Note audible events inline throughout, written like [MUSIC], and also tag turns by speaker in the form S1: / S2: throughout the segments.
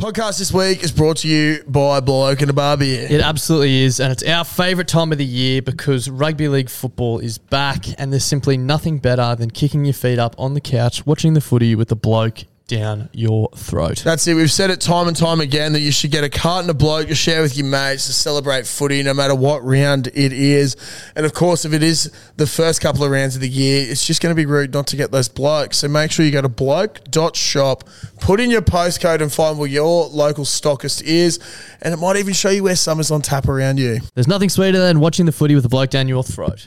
S1: podcast this week is brought to you by Bloke and a Bar Beer.
S2: It absolutely is, and it's our favourite time of the year because rugby league football is back, and there's simply nothing better than kicking your feet up on the couch, watching the footy with the bloke down your throat.
S1: That's it. We've said it time and time again that you should get a carton of bloke to share with your mates to celebrate footy, no matter what round it is. And of course, if it is the first couple of rounds of the year, it's just going to be rude not to get those blokes. So make sure you go to bloke.shop, put in your postcode, and find where your local stockist is. And it might even show you where summer's on tap around you.
S2: There's nothing sweeter than watching the footy with the bloke down your throat.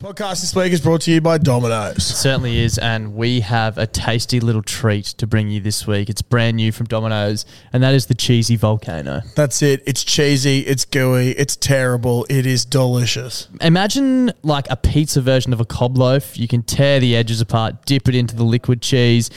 S1: Podcast this week is brought to you by Domino's.
S2: Certainly is, and we have a tasty little treat to bring you this week. It's brand new from Domino's, and that is the cheesy volcano.
S1: That's it. It's cheesy. It's gooey. It's terrible. It is delicious.
S2: Imagine like a pizza version of a cob loaf. You can tear the edges apart, dip it into the liquid cheese.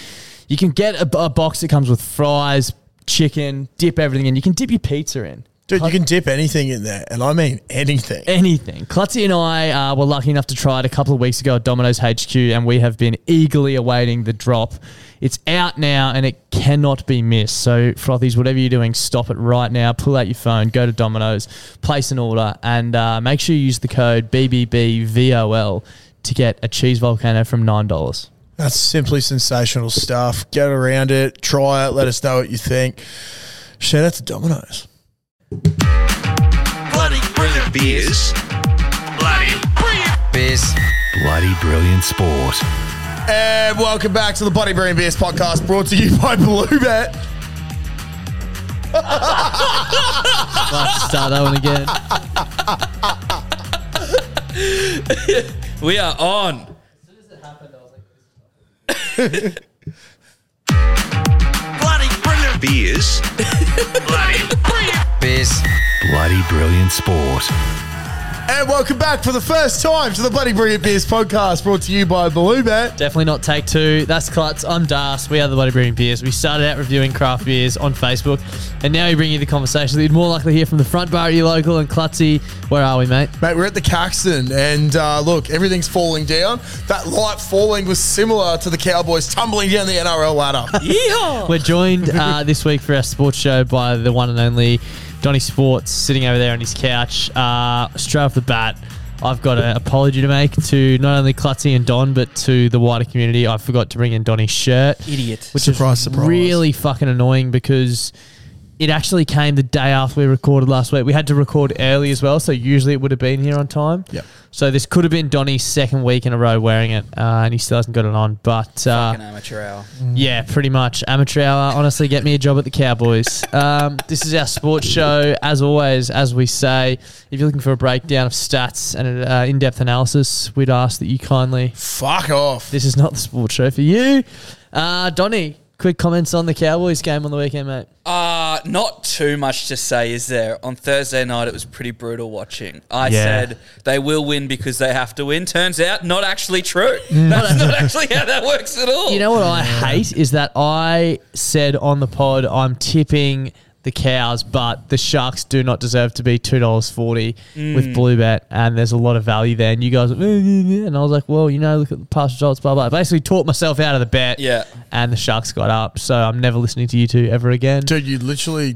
S2: You can get a, a box that comes with fries, chicken, dip everything in. You can dip your pizza in.
S1: Dude, you can dip anything in there, and I mean anything.
S2: Anything. Klutzy and I uh, were lucky enough to try it a couple of weeks ago at Domino's HQ, and we have been eagerly awaiting the drop. It's out now, and it cannot be missed. So, frothies, whatever you're doing, stop it right now. Pull out your phone, go to Domino's, place an order, and uh, make sure you use the code BBBVOL to get a cheese volcano from nine dollars.
S1: That's simply sensational stuff. Get around it, try it, let us know what you think. Shout out to Domino's.
S3: Bloody brilliant beers. Bloody brilliant beers. Bloody brilliant sport.
S1: And welcome back to the Bloody Brain Beers podcast brought to you [LAUGHS] by Bluebet.
S2: Start that one again.
S4: We are on.
S3: Bloody brilliant beers. Bloody brilliant beers. Bloody brilliant sport.
S1: And welcome back for the first time to the Bloody Brilliant Beers podcast brought to you by Bluebet.
S2: Definitely not take two. That's Klutz. I'm Das. We are the Bloody Brewing Beers. We started out reviewing craft beers on Facebook, and now we bring you the conversation that you'd more likely hear from the front bar at your local. And Klutzy, where are we, mate?
S1: Mate, we're at the Caxton, and uh, look, everything's falling down. That light falling was similar to the Cowboys tumbling down the NRL ladder.
S2: [LAUGHS] We're joined uh, this week for our sports show by the one and only Donny Sports, sitting over there on his couch. Uh, straight off the bat, I've got an apology to make to not only Klutzy and Don, but to the wider community. I forgot to bring in Donny's shirt,
S4: Idiot.
S2: which
S1: Surprise,
S2: is
S1: surprise.
S2: really fucking annoying because. It actually came the day after we recorded last week. We had to record early as well, so usually it would have been here on time.
S1: Yep.
S2: So this could have been Donny's second week in a row wearing it, uh, and he still hasn't got it on. But uh,
S4: An amateur hour.
S2: yeah, pretty much. Amateur hour. Honestly, get me a job at the Cowboys. Um, this is our sports show. As always, as we say, if you're looking for a breakdown of stats and an uh, in depth analysis, we'd ask that you kindly.
S1: Fuck off.
S2: This is not the sports show for you. Uh, Donny, quick comments on the Cowboys game on the weekend, mate.
S4: Uh, not too much to say, is there? On Thursday night, it was pretty brutal watching. I
S2: Yeah.
S4: said they will win because they have to win. Turns out, not
S2: [LAUGHS]
S4: actually true.
S2: Mm.
S4: That's not actually how that works at all.
S2: You know what I
S4: Oh.
S2: hate is that I said on the pod I'm tipping the cows, but the sharks do not deserve to be two dollars forty
S4: Mm.
S2: with blue bet, and there's a lot of value there. And you guys, were, "Eh, eh, eh," and I was like, well, you know, look at the past results, blah blah. I basically talked myself out of the bet,
S4: Yeah.
S2: And the sharks got up, so I'm never listening to you two ever again.
S1: Dude, you literally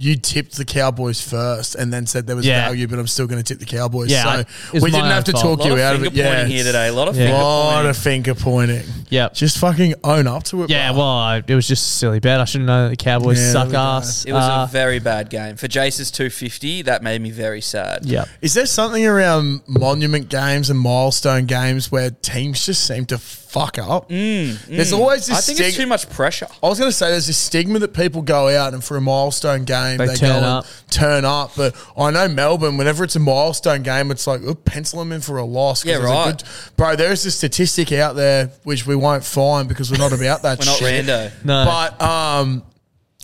S1: you tipped the Cowboys first, and then said there was
S2: Yeah.
S1: value, but I'm still going to tip the Cowboys.
S2: Yeah, I- it
S1: so
S2: was
S1: we
S2: my
S1: didn't
S2: own
S1: have to
S2: fault.
S1: talk
S4: a lot
S1: you
S4: of
S1: out of
S4: finger
S1: it. Yeah,
S4: pointing here today. A lot of
S2: Yeah.
S4: finger
S1: lot
S4: pointing.
S1: of finger pointing.
S2: Yeah.
S1: just fucking own up to it.
S2: Yeah,
S1: bro.
S2: well, I, it was just a silly bet. I should have known that the Cowboys
S1: Yeah,
S2: suck
S1: there we go.
S2: ass.
S4: It was
S2: Uh,
S4: a very bad game for Jace's 250. That made me very sad.
S2: yeah.
S1: Is there something around monument games and milestone games where teams just seem to fuck up? There's always this.
S4: Mm, I think
S1: stig-
S4: it's too much pressure.
S1: I was going to say there's this stigma that people go out and for a milestone game
S2: They
S1: they,
S2: turn
S1: go and
S2: up.
S1: turn up. But I know Melbourne, whenever it's a milestone game, it's like, oh, pencil them in for a loss. 'cause
S4: Yeah,
S1: there's a
S4: right.
S1: bro, there is a statistic
S4: [LAUGHS]
S1: out there which we won't find because we're not about that
S4: We're not
S1: shit.
S4: rando.
S2: No.
S1: But um,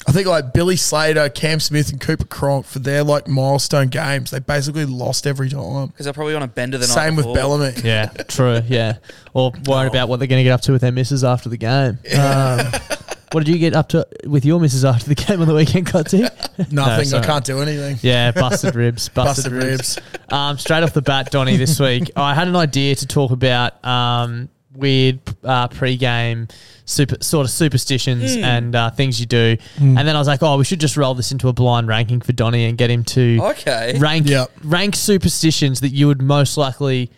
S1: I think like Billy Slater, Cam Smith, and Cooper Cronk for their like milestone games, they basically lost every time.
S4: Because they're probably on a bender the night
S1: Same with
S4: before.
S1: Bellamy.
S2: Yeah, true. Yeah, or worried about what they're going to get up to with their misses after the game. Um, what did you get up to with your misses after the game on the weekend, Cotty?
S1: [LAUGHS] Nothing.
S2: sorry.
S1: I can't do anything.
S2: [LAUGHS] Yeah, busted ribs, busted,
S1: Busted
S2: ribs. Um, straight off the bat, Donny, [LAUGHS] this week I had an idea to talk about um, weird uh, pre-game super sort of superstitions and uh, things you do, and then I was like, oh, we should just roll this into a blind ranking for Donny and get him to
S4: Okay.
S2: rank
S1: Yep.
S2: rank superstitions that you would most likely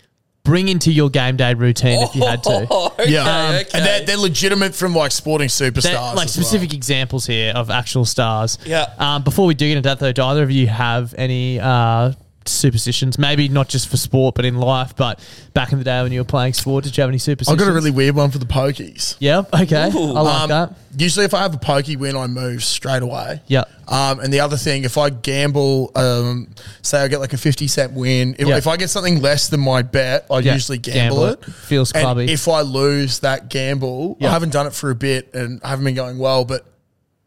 S2: bring into your game day routine if you had
S4: [LAUGHS]
S2: to.
S4: [LAUGHS] Oh, okay,
S1: Yeah,
S4: okay.
S1: Um, and they're, they're legitimate from like sporting superstars.
S2: They're, like
S1: as well.
S2: specific examples here of actual stars.
S4: Yeah.
S2: Um, before we do get into that, though, do either of you have any uh, superstitions? Maybe not just for sport, but in life. But back in the day when you were playing sport, did you have any
S1: I've
S2: superstitions?
S1: got a really weird one for the pokies.
S2: yeah. Okay.
S4: Ooh.
S2: I like
S1: Um,
S2: that.
S1: Usually, if I have a pokey win, I move straight away.
S2: Yeah.
S1: Um, and the other thing, if I gamble, um, say I get like a 50 cent win, if,
S2: Yeah.
S1: if I get something less than my bet, I
S2: Yeah.
S1: usually gamble,
S2: Gamble
S1: it.
S2: it. Feels
S1: And
S2: clubby.
S1: if I lose that gamble,
S2: Yeah.
S1: I haven't done it for a bit and I haven't been going well, but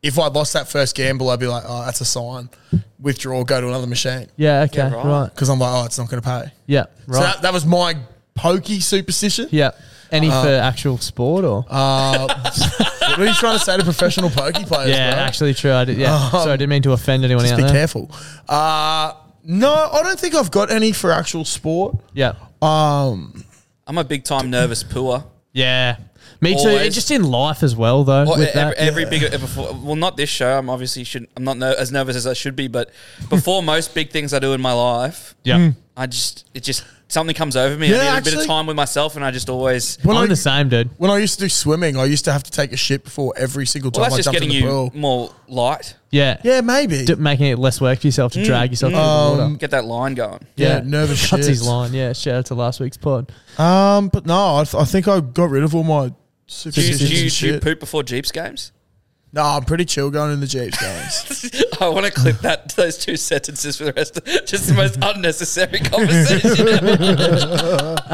S1: if I lost that first gamble, I'd be like, oh, that's a sign. Withdraw, go to another machine.
S2: Yeah. Okay.
S4: Yeah,
S2: right.
S4: right.
S1: Because I'm like, oh, it's not going to pay.
S2: Yeah.
S1: So
S2: Right.
S1: that, that was my pokey superstition.
S2: yeah. Any
S1: Uh,
S2: for actual sport or?
S1: What are you trying to say to professional pokey players?
S2: yeah.
S1: bro?
S2: Actually, true. I did,
S1: [LAUGHS]
S2: yeah. Sorry, I didn't mean to offend anyone
S1: Just
S2: out
S1: be
S2: there.
S1: careful. Uh, no, I don't think I've got any for actual sport.
S2: Yeah.
S4: I'm a big time nervous pooer.
S2: Yeah. Me too.
S4: Always.
S2: It- Just in life as well, though.
S4: Well,
S2: with
S4: e- every,
S2: that.
S4: every big e- before, well, not this show. I'm obviously should I'm not ner- as nervous as I should be, but before [LAUGHS] most big things I do in my life,
S2: yeah.
S1: Mm.
S4: I just it just something comes over me.
S1: Yeah,
S4: I need a bit
S1: actually-
S4: of time with myself, and I just always.
S1: When
S2: I'm
S1: I,
S2: the same, dude.
S1: when I used to do swimming, I used to have to take a shit before every single
S4: Well,
S1: time
S4: that's
S1: I
S4: just
S1: jumped in
S4: getting
S1: the
S4: you
S1: pool.
S4: more light.
S2: Yeah.
S1: Yeah, maybe.
S2: D- making it less work for yourself to drag yourself into the water.
S4: Get that line going.
S1: yeah, nervous
S2: [LAUGHS] Cuts his
S1: shits.
S2: line. Yeah, shout out to last week's pod.
S1: um, but no, I, th- I think I got rid of all my
S4: Do you,
S1: superstitions
S4: do you,
S1: and
S4: do you
S1: shit.
S4: poop before Jeeps games? [LAUGHS]
S1: No, I'm pretty chill going in the Jeeps games.
S4: I want to clip that those two sentences for the rest. Of, just the most unnecessary [LAUGHS]
S1: [LAUGHS]
S4: conversation.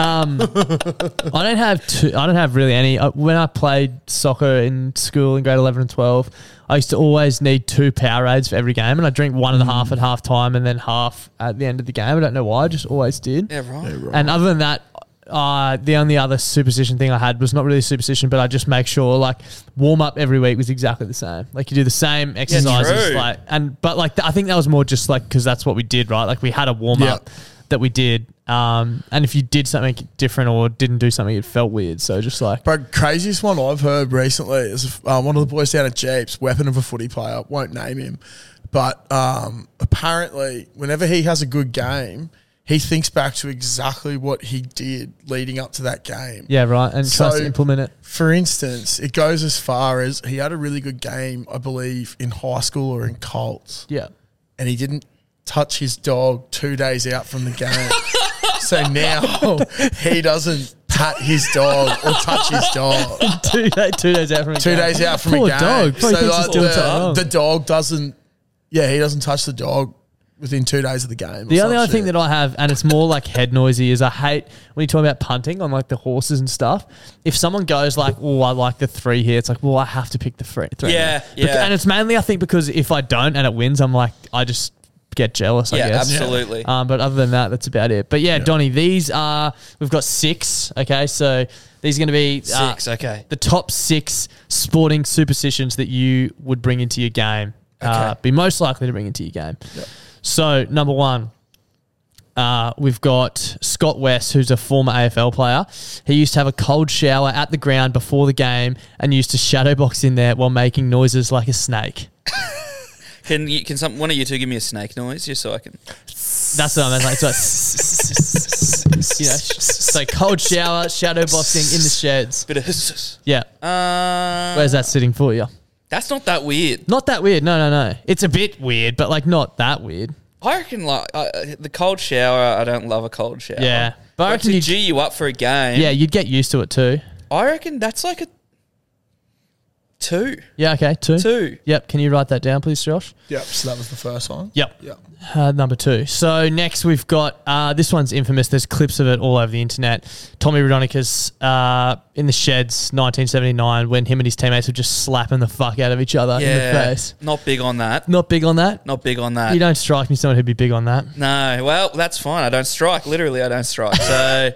S2: I don't have two, I don't have really any. Uh, when I played soccer in school in grade eleven and twelve, I used to always need two Powerades for every game, and I drink one and a
S1: Mm.
S2: half at half time and then half at the end of the game. I don't know why. I just always did.
S4: yeah, right.
S2: And other than that, uh, the only other superstition thing I had was not really a superstition, but I just make sure like warm up every week was exactly the same. Like you do the same exercises,
S4: true.
S2: like and but like th- I think that was more just like because that's what we did, right? Like we had a warm up
S1: Yeah.
S2: that we did, um, and if you did something different or didn't do something, it felt weird. So just like
S1: But craziest one I've heard recently is uh, one of the boys down at Jeeps, weapon of a footy player, won't name him, but um, apparently whenever he has a good game, he thinks back to exactly what he did leading up to that game.
S2: yeah, right, and tries
S1: So-
S2: to implement it.
S1: For instance, it goes as far as he had a really good game, I believe, in high school or in Colts,
S2: Yeah, [LAUGHS]
S1: and he didn't touch his dog two days out from the game. so now he doesn't pat his dog or touch his dog.
S2: two, [LAUGHS] day, two days out from a
S1: Two
S2: game.
S1: days out from
S2: Poor
S1: a game.
S2: dog.
S1: So
S2: Probably thinks he's
S1: like,
S2: doing something
S1: the,
S2: wrong.
S1: the dog doesn't, yeah, he doesn't touch the dog within two days of the game.
S2: The only other thing that I have, and it's more like head noisy, is I hate when you talk about punting on like the horses and stuff. If someone goes like, "Oh, I like the three here," it's like, "Well, I have to pick the three." three
S4: Yeah,
S2: Bec-
S4: yeah.
S2: And it's mainly I think because if I don't and it wins, I'm like, I just get jealous. I
S4: Yeah,
S2: guess.
S4: absolutely.
S1: Uh,
S2: Um, but other than that, that's about it. But yeah, Donny, these are we've got six. Okay, so these are going to be uh,
S4: Six, okay.
S2: the top six sporting superstitions that you would bring into your game, uh, be most likely to bring into your game. So, number one, uh, we've got Scott West, who's a former AFL player. He used to have a cold shower at the ground before the game and used to shadow box in there while making noises like a snake.
S4: Can you, can some one of you two give me a snake noise just so I can?
S2: That's what I meant. Like, so it's- [LAUGHS] you know, so cold shower, shadow boxing in the sheds.
S4: Bit of.
S1: [LAUGHS]
S2: Yeah.
S4: Uh,
S2: Where's that sitting for you?
S4: That's not that weird.
S2: Not that weird. No, no, no. It's a bit weird, but like not that weird.
S4: I reckon like uh, the cold shower. I don't love a cold shower.
S2: Yeah. But I
S4: but
S2: reckon
S4: to
S2: you'd-
S4: g you up for a game.
S2: Yeah, you'd get used to it too.
S4: I reckon that's like a. two.
S2: Yeah, okay, two.
S4: Two.
S2: Yep. Can you write that down, please, Josh?
S1: Yep. So that was the first one.
S2: Yep.
S1: Yep.
S2: Uh, number two. So next we've got uh, this one's infamous. There's clips of it all over the internet. Tommy Rodonicus uh, in the sheds, 1979, when him and his teammates were just slapping the fuck out of each other in the
S4: Yeah.
S2: face.
S4: Not big on that.
S2: Not big on that.
S4: Not big on that.
S2: You don't strike me someone who'd be big on that.
S4: No, well, that's fine. I don't strike. Literally, I don't strike.
S2: [LAUGHS]
S4: So,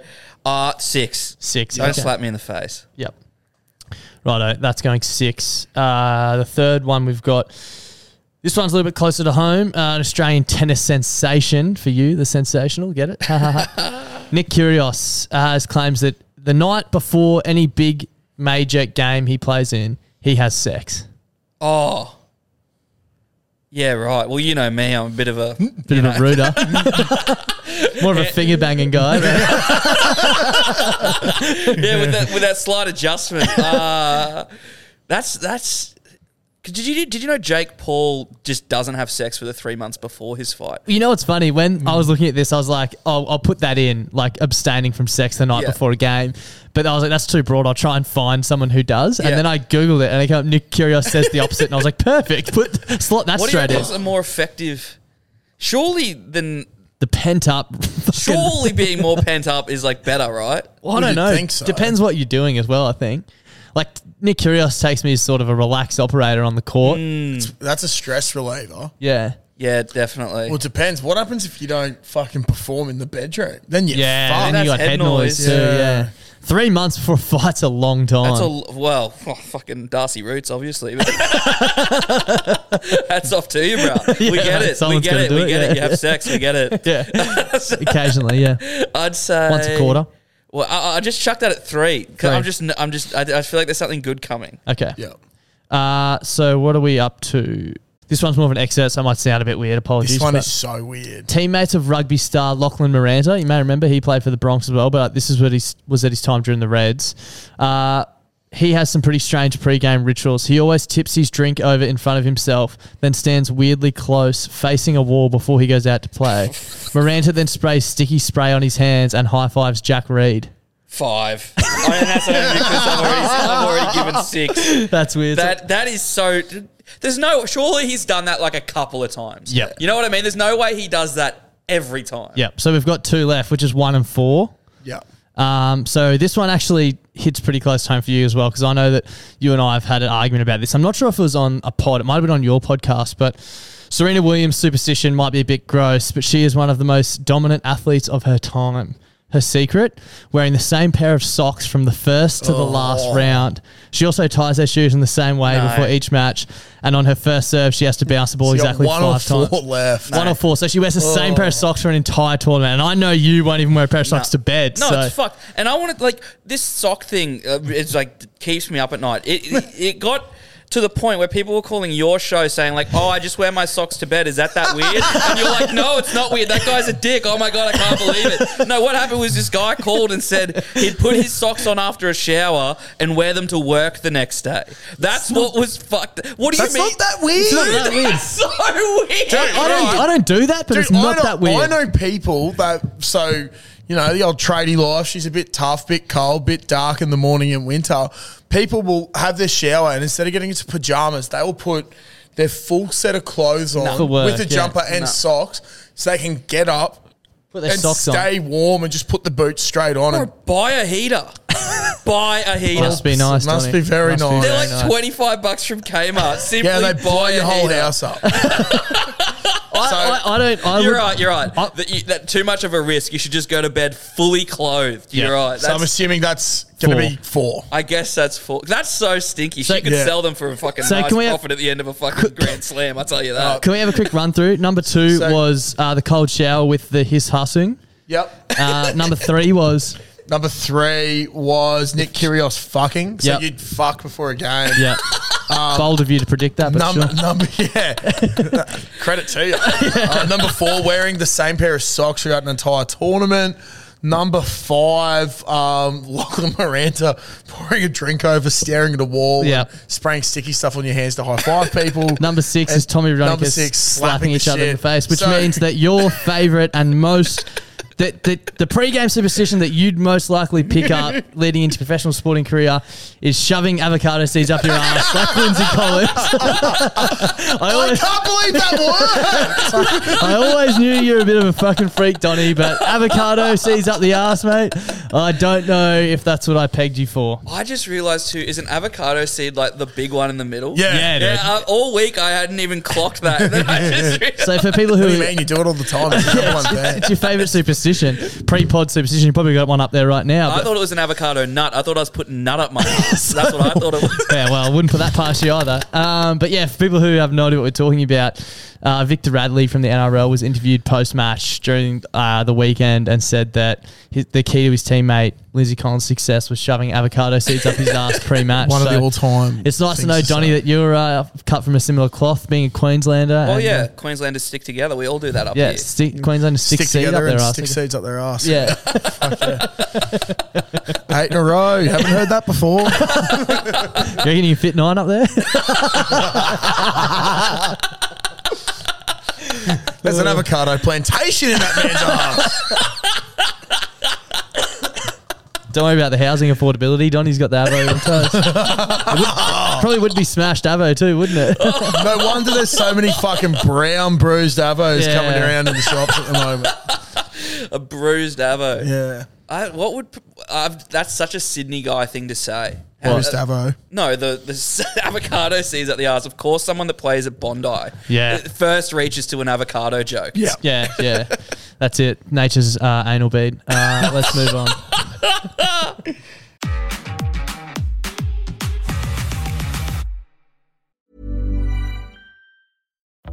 S4: uh, six.
S2: Six,
S4: Don't
S2: okay.
S4: slap me in the face.
S2: Yep. Righto, that's going six. Uh, the third one we've got. This one's a little bit closer to home. Uh, an Australian tennis sensation for you, the sensational. Get it? Ha, ha, ha. Nick Kyrgios uh, has claims that the night before any big major game he plays in, he has sex.
S4: Oh. Yeah, right. Well, you know me. I'm a bit
S2: [LAUGHS]
S4: of a.
S2: Bit of a ruder, more of a finger banging guy.
S4: yeah, with that, with that slight adjustment.
S2: [LAUGHS]
S4: Uh, that's. that's. 'cause Did you, did you know Jake Paul just doesn't have sex for the three months before his fight?
S2: You know what's funny? When I was
S4: Mm.
S2: looking at this, I was like, oh, I'll put that in, like abstaining from sex the night
S4: Yeah.
S2: before a game. But I was like, that's too broad. I'll try and find someone who does. And
S4: Yeah.
S2: then I Googled it and I came up, Nick Curios says the opposite. And I was like, perfect. Put slot that
S4: What do you
S2: straight
S4: think
S2: in.
S4: is a more effective? Surely than
S2: The pent up. fucking- [LAUGHS]
S4: surely being more pent up is like better, right?
S2: Well, I
S1: Would
S2: don't
S1: you
S2: know.
S1: think so?
S2: Depends what you're doing as well, I think. Like, Nick Curios takes me as sort of a relaxed operator on the court.
S4: Mm.
S1: That's a stress reliever.
S2: Yeah.
S4: Yeah, definitely.
S1: Well, it depends. What happens if you don't fucking perform in the bedroom? Then you
S2: Yeah.
S1: fuck.
S2: and then you got
S4: That's
S2: head,
S4: head
S2: noise,
S4: noise.
S2: too. Yeah.
S1: Yeah.
S2: Three months before a fight's a long time.
S4: That's a l- well, [LAUGHS] oh, fucking Darcy Roots, obviously. but- [LAUGHS] Hats off to you, bro. we
S2: [LAUGHS] Yeah,
S4: get it. We
S2: someone's
S4: get
S2: gotta
S4: it.
S2: do
S4: We
S2: it,
S4: get
S2: yeah.
S4: it. You have sex. We get it.
S2: [LAUGHS]
S4: [LAUGHS]
S2: yeah. Occasionally, yeah.
S4: I'd say
S2: Once a quarter.
S4: Well, I, I just chucked that at three
S2: Three.
S4: because I'm just, I'm just, I, I feel like there's something good coming.
S2: Okay.
S1: Yeah.
S2: Uh, so what are we up to? This one's more of an excerpt, so I might sound a bit weird. Apologies.
S1: This one
S2: but
S1: is so weird.
S2: teammates of rugby star Lachlan Miranda. You may remember he played for the Bronx as well, but this is what he s- was at his time during the Reds. Uh, he has some pretty strange pre-game rituals. He always tips his drink over in front of himself, then stands weirdly close, facing a wall before he goes out
S1: [LAUGHS]
S2: to play. Miranda then sprays sticky spray on his hands and high fives Jack Reed.
S1: [LAUGHS]
S4: [LAUGHS] Five. I mean, Oh, that's only because I've already, I've already given six.
S2: That's weird.
S4: That that is so. There's no. Surely he's done that like a couple of times.
S2: Yep.
S4: You know what I mean? There's no way he does that every time.
S2: yep. So we've got two left, which is one and four.
S1: Yeah.
S2: Um, so this one actually hits pretty close to home for you as well, because I know that you and I have had an argument about this. I'm not sure if it was on a pod, it might have been on your podcast, but Serena Williams' superstition might be a bit gross, but she is one of the most dominant athletes of her time. Her secret, wearing the same pair of socks from the first to the
S1: Oh.
S2: last round. She also ties her shoes in the same way before each match. And on her first serve, she has to bounce the ball
S1: You got
S2: exactly
S1: one or
S2: five
S1: four Oh.
S2: times.
S1: left.
S2: One or four. So she wears the same pair of socks for an entire tournament. And I know you won't even wear a pair of socks to bed.
S4: No,
S2: so.
S4: it's fucked. And I wanted like this sock thing. Uh, it's like keeps me up at night. It, it
S2: [LAUGHS]
S4: it got to the point where people were calling your show saying like, "Oh, I just wear my socks to bed. Is that that weird?" And you're like, "No, it's not weird. That guy's a dick. Oh my god, I can't believe it." No, what happened was this guy called and said he'd put his socks on after a shower and wear them to work the next day. That's what was fucked. What do
S1: That's
S4: you mean?
S1: not that weird.
S2: It's not that weird.
S4: [LAUGHS] That's so weird.
S2: I don't, I don't do that, but
S1: Dude,
S2: it's not
S1: I know,
S2: that weird.
S1: I know people that so you know the old tradie life. She's a bit tough, bit cold, bit dark in the morning in winter. People will have their shower and instead of getting into pajamas, they will put their full set of clothes on
S2: For work,
S1: with a
S2: yeah.
S1: jumper and socks, so they can get up
S2: Put their
S1: and
S2: socks on.
S1: stay warm and just put the boots straight on.
S4: Or
S1: And
S4: buy a
S2: [LAUGHS]
S4: heater. buy a heater.
S2: Must be nice.
S1: Must
S2: Donny.
S1: be very
S2: Must
S1: nice.
S4: They're
S2: very
S4: like
S2: Oh, nice.
S4: 25 bucks
S2: [LAUGHS]
S4: from Kmart. Simply
S1: yeah, they
S4: buy
S1: blow your
S4: a
S1: whole
S4: heater.
S1: house up.
S2: I, I, I don't. I
S4: You're
S2: would-
S4: right, you're right.
S2: I-
S4: that, you, that too much of a risk. You should just go to bed fully clothed.
S2: Yeah.
S4: You're right.
S1: So I'm
S4: That's-
S1: assuming that's going to be four.
S4: I guess that's full. That's so stinky.
S2: So-
S4: she could
S1: Yeah.
S4: sell them for a fucking
S2: So
S4: nice
S2: can we have-
S4: profit at the end of a fucking grand slam. I tell you that.
S2: Can we have a quick run through? Number two
S1: So-
S2: was uh, the cold shower with the hiss hussing.
S1: Yep.
S2: Uh, number three was
S1: Number three was Nick Kyrgios fucking. So
S2: Yep.
S1: you'd fuck before a game.
S2: yeah. Bold of you to predict that, but
S1: Number,
S2: sure.
S1: number, [LAUGHS] yeah. Credit to you. Uh, number four, wearing the same pair of socks throughout an entire tournament. Number five, um, [LAUGHS] Lachlan Miranda pouring a drink over, staring at a wall,
S2: Yeah.
S1: and spraying sticky stuff on your hands to high five people. [LAUGHS]
S2: Number six is Tommy
S1: Number
S2: Rodonicus
S1: six, slapping
S2: slapping
S1: the
S2: each other in the
S1: shit. [LAUGHS]
S2: face, which
S1: So-
S2: means that your favourite and most the, the, the pre-game superstition that you'd most
S1: [LAUGHS]
S2: likely pick up leading into professional sporting career is shoving avocado seeds up your ass
S1: [LAUGHS]
S2: like Lindsay Collins. I
S1: I
S2: always,
S1: can't believe [LAUGHS] that worked.
S2: I always knew you were a bit of a fucking freak, Donny, but avocado seeds up the ass, mate. I don't know if that's what I pegged you for.
S4: I just realized too, is an avocado seed like the big one in the middle?
S1: Yeah.
S2: Yeah, dude.
S4: Yeah, uh, all week I hadn't even clocked that. [LAUGHS] And then I just
S2: [LAUGHS]
S4: realized-
S2: So for people who
S1: What do you mean? You do it all the time. It's the number one thing.
S2: It's your favourite superstition, pre-pod superstition. You probably got one up there right now.
S4: I
S2: But,
S4: thought it was an avocado nut. I thought I was putting
S2: [LAUGHS]
S4: nut up my ass. That's what I thought it was.
S2: yeah, well, I wouldn't put that past you either. Um, but yeah, for people who have no idea what we're talking about, uh, Victor Radley from the NRL was interviewed post-match during uh, the weekend and said that his, the key to his teammate Lindsay Collins' success was shoving avocado seeds up his ass
S1: [LAUGHS]
S2: pre-match.
S1: One of
S2: So
S1: the all-time
S2: It's nice
S1: things
S2: to know,
S1: to
S2: Donny,
S1: say.
S2: that you're uh, cut from a similar cloth, being a Queenslander.
S4: Oh
S2: and,
S4: yeah,
S2: uh,
S4: Queenslanders stick together. We all do that up
S2: yeah,
S4: here.
S2: stick, Queenslanders stick,
S1: Stick
S2: seed up
S1: together
S2: their
S1: and
S2: ass.
S1: stick seeds up their ass. [LAUGHS]
S2: yeah.
S1: Eight in a row. Haven't heard that before.
S2: You reckon you can fit nine up there?
S1: [LAUGHS] There's an avocado plantation in that [LAUGHS] man's ass.
S2: Don't worry about the housing affordability. Donny's got the [LAUGHS] Avo on toast. It would- probably would be smashed Avo too, wouldn't it?
S1: No wonder there's so many fucking brown bruised avos
S2: Yeah.
S1: coming around in the shops at the moment.
S4: A bruised avo.
S1: Yeah.
S4: I, what would I've, that's such a Sydney guy thing to say? How- uh,
S1: Bruised avo.
S4: No, the the [LAUGHS] s- avocado seeds at the arse. Of course, someone that plays at Bondi.
S2: Yeah.
S4: uh, First reaches to an avocado joke.
S1: Yeah.
S2: Yeah, yeah. That's it. Nature's uh, anal bead. Uh, let's move on.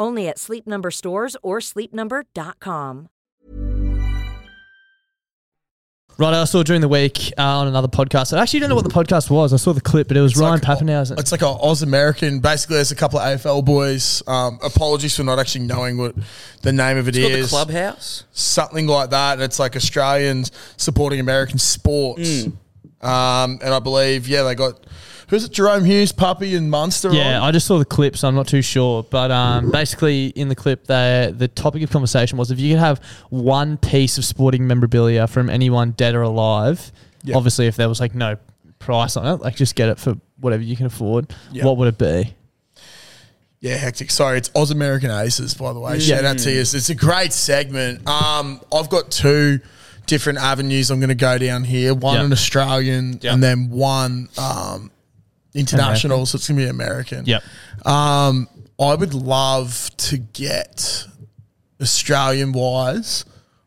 S5: Only at Sleep Number stores or sleepnumber.com.
S2: Right, I saw during the week uh, on another podcast. I actually don't know what the podcast was. I saw the clip, but it was Ryan
S1: like-
S2: Pappenhausen.
S1: It's like an Oz American. Basically, there's a couple of AFL boys. Um, apologies for not actually knowing what the name of it
S4: It's called the
S1: is.
S4: clubhouse.
S1: Something like that. And it's like Australians supporting American sports.
S2: Mm.
S1: Um, and I believe, yeah, they got who's it? Jerome Hughes, Puppy, and Munster.
S2: Yeah,
S1: on?
S2: I just saw the clip, so I'm not too sure. But um, basically, in the clip, the the topic of conversation was if you could have one piece of sporting memorabilia from anyone dead or alive. Obviously, if there was like no price on it, like just get it for whatever you can afford.
S1: Yeah.
S2: What would it be?
S1: Yeah, hectic. Sorry, it's Oz American Aces, by the way. Shout out to you. It's a great segment. Um, I've got two different avenues I'm going to go down here. One
S2: Yeah.
S1: an Australian,
S4: Yeah.
S1: and then one um, international. So it's going to be American.
S2: Yep.
S1: Um, I would love to get Australian wise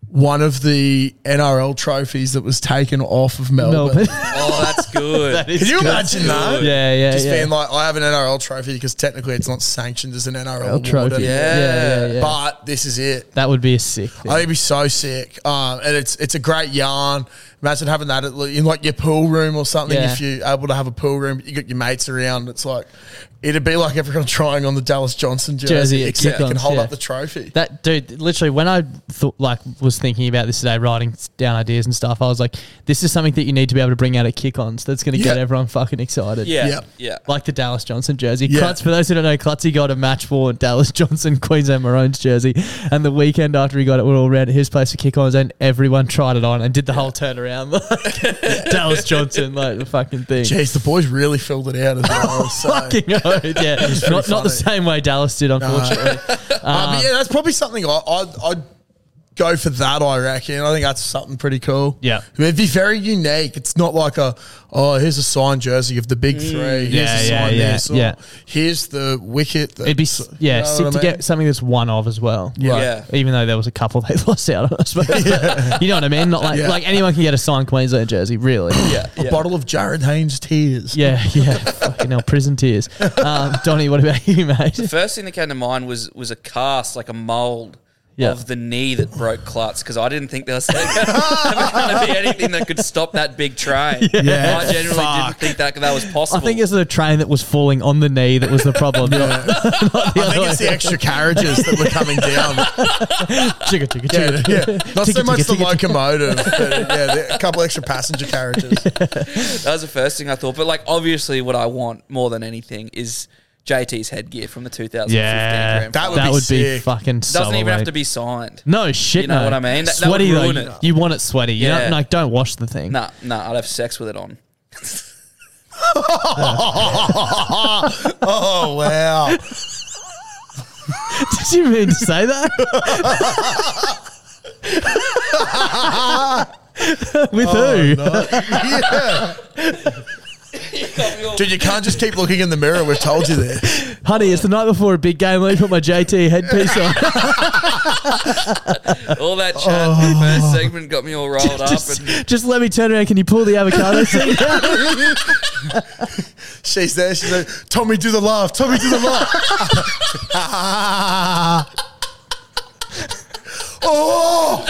S1: one of the NRL trophies that was taken off of Melbourne.
S2: Melbourne.
S4: Oh, that's good.
S1: Can you imagine that?
S2: yeah, yeah,
S1: Just
S2: yeah.
S1: being like, I have an NRL trophy because technically it's not sanctioned as an NRL award
S2: trophy.
S1: anymore.
S4: Yeah.
S2: yeah, yeah, yeah.
S1: But this is it.
S2: that would be a sick. Thing.
S1: I think it'd Oh, be so sick. Um, and it's it's a great yarn. Imagine having that at, in like your pool room or something.
S2: Yeah.
S1: If you're able to have a pool room, you got your mates around. It's like it'd be like everyone [LAUGHS] trying on the Dallas Johnson jersey,
S2: Jersey at
S1: except you can
S2: kick-ons,
S1: hold
S2: yeah.
S1: up the trophy.
S2: That dude, literally, when I thought like was thinking about this today, writing down ideas and stuff, I was like, this is something that you need to be able to bring out at kick-ons. That's going to get
S1: Yeah.
S2: everyone fucking excited.
S4: yeah,
S1: Yeah.
S4: yeah.
S2: like the Dallas Johnson jersey.
S1: Yeah.
S2: Klutz, for those who don't know, Klutzy got a match worn Dallas [LAUGHS] Johnson Queensland Maroons jersey, and the weekend after he got it, we we're all around at his place for kick-ons, and everyone tried it on and did the whole turnaround, [LAUGHS] like Dallas Johnson, like the fucking thing.
S1: Jeez, the boys really filled it out as well. so.
S2: [LAUGHS] Fucking oath, yeah, not, not
S1: funny.
S2: the same way Dallas did, unfortunately.
S1: Um, Uh, but yeah, that's probably something I, I'd, I'd go for that, I reckon. I think that's something pretty cool.
S2: Yeah.
S1: It'd be very unique. It's not like a, oh, here's a signed jersey of the big three. Here's
S2: Yeah,
S1: a
S2: yeah,
S1: sign
S2: yeah,
S1: this, or
S2: yeah.
S1: Here's the wicket. that-
S2: It'd be s- yeah,
S1: you know
S2: sick
S1: what
S2: to
S1: I mean?
S2: get something that's one of as well.
S1: Right.
S4: Yeah.
S2: Even though there was a couple they [LAUGHS] lost out on, I suppose. you know what I mean? Not like
S1: Yeah.
S2: like anyone can get a signed Queensland jersey, really.
S4: Yeah.
S1: A bottle of Jared Haynes tears.
S2: [LAUGHS] Yeah, yeah. Fucking hell, prison tears.
S4: [LAUGHS]
S2: Um, Donnie, what about you, mate?
S4: First thing that came to mind was was a cast, like a mold
S2: Yeah.
S4: of the knee that broke Klutz because I didn't think there was [LAUGHS] ever going to be anything that could stop that big train.
S1: Yeah.
S4: I genuinely
S1: Fuck.
S4: didn't think that that was
S2: I
S4: possible.
S2: think it's a train that was falling on the knee that was the problem. [LAUGHS] not- not
S1: I
S2: the other
S1: think it's
S2: way.
S1: the extra carriages that were coming
S2: [LAUGHS]
S1: down.
S2: Chugga, chugga,
S1: Yeah,
S2: chugga.
S1: yeah.
S2: [LAUGHS]
S1: Not so
S2: Ticka,
S1: much the
S2: ticka, ticka,
S1: locomotive, but yeah, the- a couple extra passenger
S2: [LAUGHS]
S1: carriages.
S4: That was the first thing I thought. But like, obviously, what I want more than anything is JT's headgear from the 2015
S2: Yeah.
S4: Grand
S1: That
S4: Final.
S1: would
S2: That
S1: be
S2: would be
S1: sick.
S2: fucking
S4: doesn't
S2: so
S4: even have
S2: late.
S4: to be signed.
S2: No shit.
S4: You know
S2: no.
S4: what I mean? That- that would
S2: sweaty
S4: ruin
S2: though.
S4: it.
S2: You want it sweaty. You
S4: Yeah.
S2: don't, like don't wash the thing.
S4: Nah, nah. I'd have sex with it on.
S1: Oh wow!
S2: [LAUGHS] Did you mean to say
S4: [LAUGHS]
S2: that? With
S4: Oh,
S2: who?
S1: yeah. Dude, you can't just keep looking in the mirror. We've told you this.
S2: Honey, it's the night before a big game. Let me put my JT headpiece on.
S4: [LAUGHS] All that chat in the first segment
S2: [LAUGHS]
S4: got me all rolled up. And [LAUGHS]
S2: just, just let me turn around. Can you pull the [LAUGHS] avocado thing out?
S1: She's there. She's like, Tommy, do the laugh. Tommy, do the laugh. [LAUGHS] oh!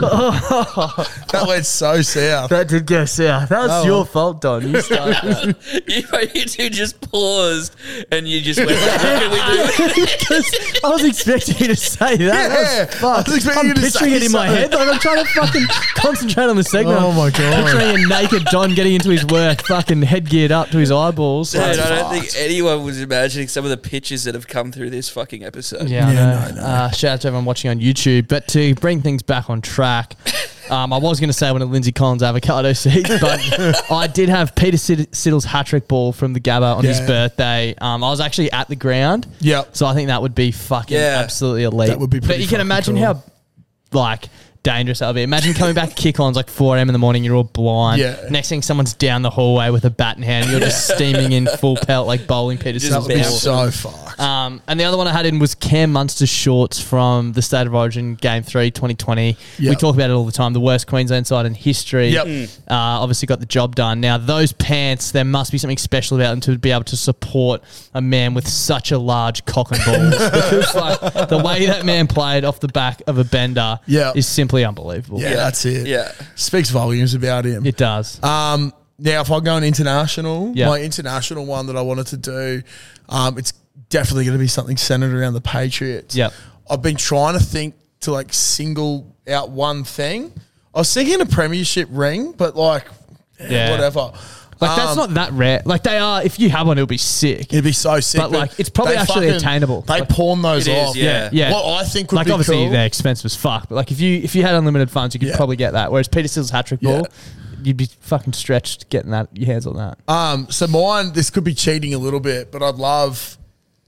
S1: that went so south.
S2: That did go south. That
S1: Oh,
S2: was your fault, Don.
S1: [LAUGHS]
S2: You started that.
S4: you, you two just paused and you just went, what
S2: [LAUGHS]
S4: can we do? [LAUGHS]
S2: 'Cause I was expecting you to say that.
S1: Yeah,
S2: that was, fuck.
S1: I was expecting
S2: I'm
S1: you to
S2: picturing
S1: say
S2: it in my
S1: something.
S2: head. Like I'm trying to fucking concentrate on the segment.
S1: Oh
S2: I'm
S1: my God.
S2: Picturing a naked Don getting into his work, fucking head geared up to his eyeballs.
S4: Dude,
S2: Like,
S4: I don't
S2: fuck.
S4: think anyone was imagining some of the pictures that have come through this fucking episode.
S2: Yeah, I know. Uh, shout out to everyone watching on YouTube. But to bring things back
S1: [LAUGHS]
S2: on track, um, I was going to say one of Lindsay Collins' avocado seeds,
S1: [LAUGHS]
S2: but I did have Peter Sid- Siddle's hat trick ball from the Gabba on his
S1: Yeah.
S2: birthday. Um, I was actually at the ground.
S1: Yep.
S2: So I think that would be fucking
S4: Yeah.
S2: absolutely elite.
S1: That would be
S2: But
S1: pretty
S2: you can
S1: fucking
S2: imagine
S1: cool.
S2: how, like, dangerous that would be. Imagine
S1: [LAUGHS]
S2: coming back kick ons like 4 a.m. in the morning, you're all blind.
S1: Yeah.
S2: Next thing, someone's down the hallway with a bat in hand, you're just steaming in full pelt like bowling Peter
S4: Just
S2: Siddle's
S1: That would be
S4: Yeah.
S1: so
S2: ball.
S1: fucked.
S2: Um, and the other one I had in was Cam Munster shorts from the State of Origin Game 3 2020. We
S1: Yep.
S2: talk about it all the time. The worst Queensland side in history.
S1: Yep.
S2: Uh,
S1: Mm.
S2: obviously got the job done. Now, those pants, there must be something special about them to be able to support a man with such a large cock and
S1: [LAUGHS]
S2: balls. because like, the way that man played off the back of a bender
S1: Yep.
S2: is simply unbelievable.
S1: yeah, that's it.
S4: Yeah.
S1: Speaks volumes about him.
S2: It does.
S1: Um, now, if I'm going international,
S2: Yeah.
S1: my international one that I wanted to do, um, it's definitely going to be something centered around the Patriots.
S2: Yep.
S1: I've been trying to think to like single out one thing. I was thinking a premiership ring, but like, eh,
S2: Yeah.
S1: whatever.
S2: like, that's
S1: Um,
S2: not that rare. Like, they are, if you have one, it'll be sick.
S1: It'd be so sick,
S2: But, like, it's probably
S1: they
S2: actually attainable.
S1: They
S2: Like-
S1: pawn those
S4: It is,
S1: off.
S4: yeah.
S2: Yeah.
S1: What I think would
S2: like
S1: be
S2: obviously
S1: cool.
S2: their expense was fuck, but like if you if you had unlimited funds, you could
S1: Yeah.
S2: probably get that. Whereas Peter Steele's hat trick ball, you'd be fucking stretched getting that your hands on that.
S1: Um, so mine, this could be cheating a little bit, but I'd love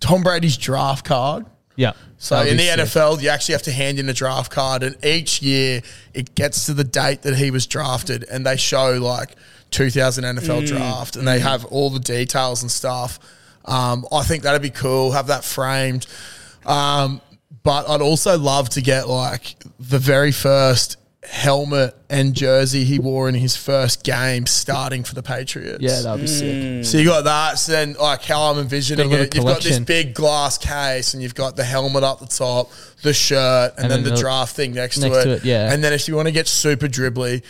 S1: Tom Brady's draft card.
S2: yeah.
S1: So
S2: That'd
S1: in the
S2: be sick.
S1: NFL, you actually have to hand in a draft card, and each year it gets to the date that he was drafted, and they show like 2000
S2: Mm.
S1: NFL draft, and they have all the details and stuff. Um, I think that'd be cool. Have that framed. Um, but I'd also love to get like the very first helmet and jersey he wore in his first game starting for the Patriots.
S2: yeah, that'd be sick.
S1: So you got that. So then, like how I'm envisioning
S2: Got Mm. a little
S1: it, you've got this
S2: collection.
S1: big glass case, and you've got the helmet up the top, the shirt, and,
S2: And
S1: then,
S2: then
S1: the
S2: the-
S1: draft thing next,
S2: next
S1: to, it.
S2: to it, yeah.
S1: And then if you want to get super dribbly,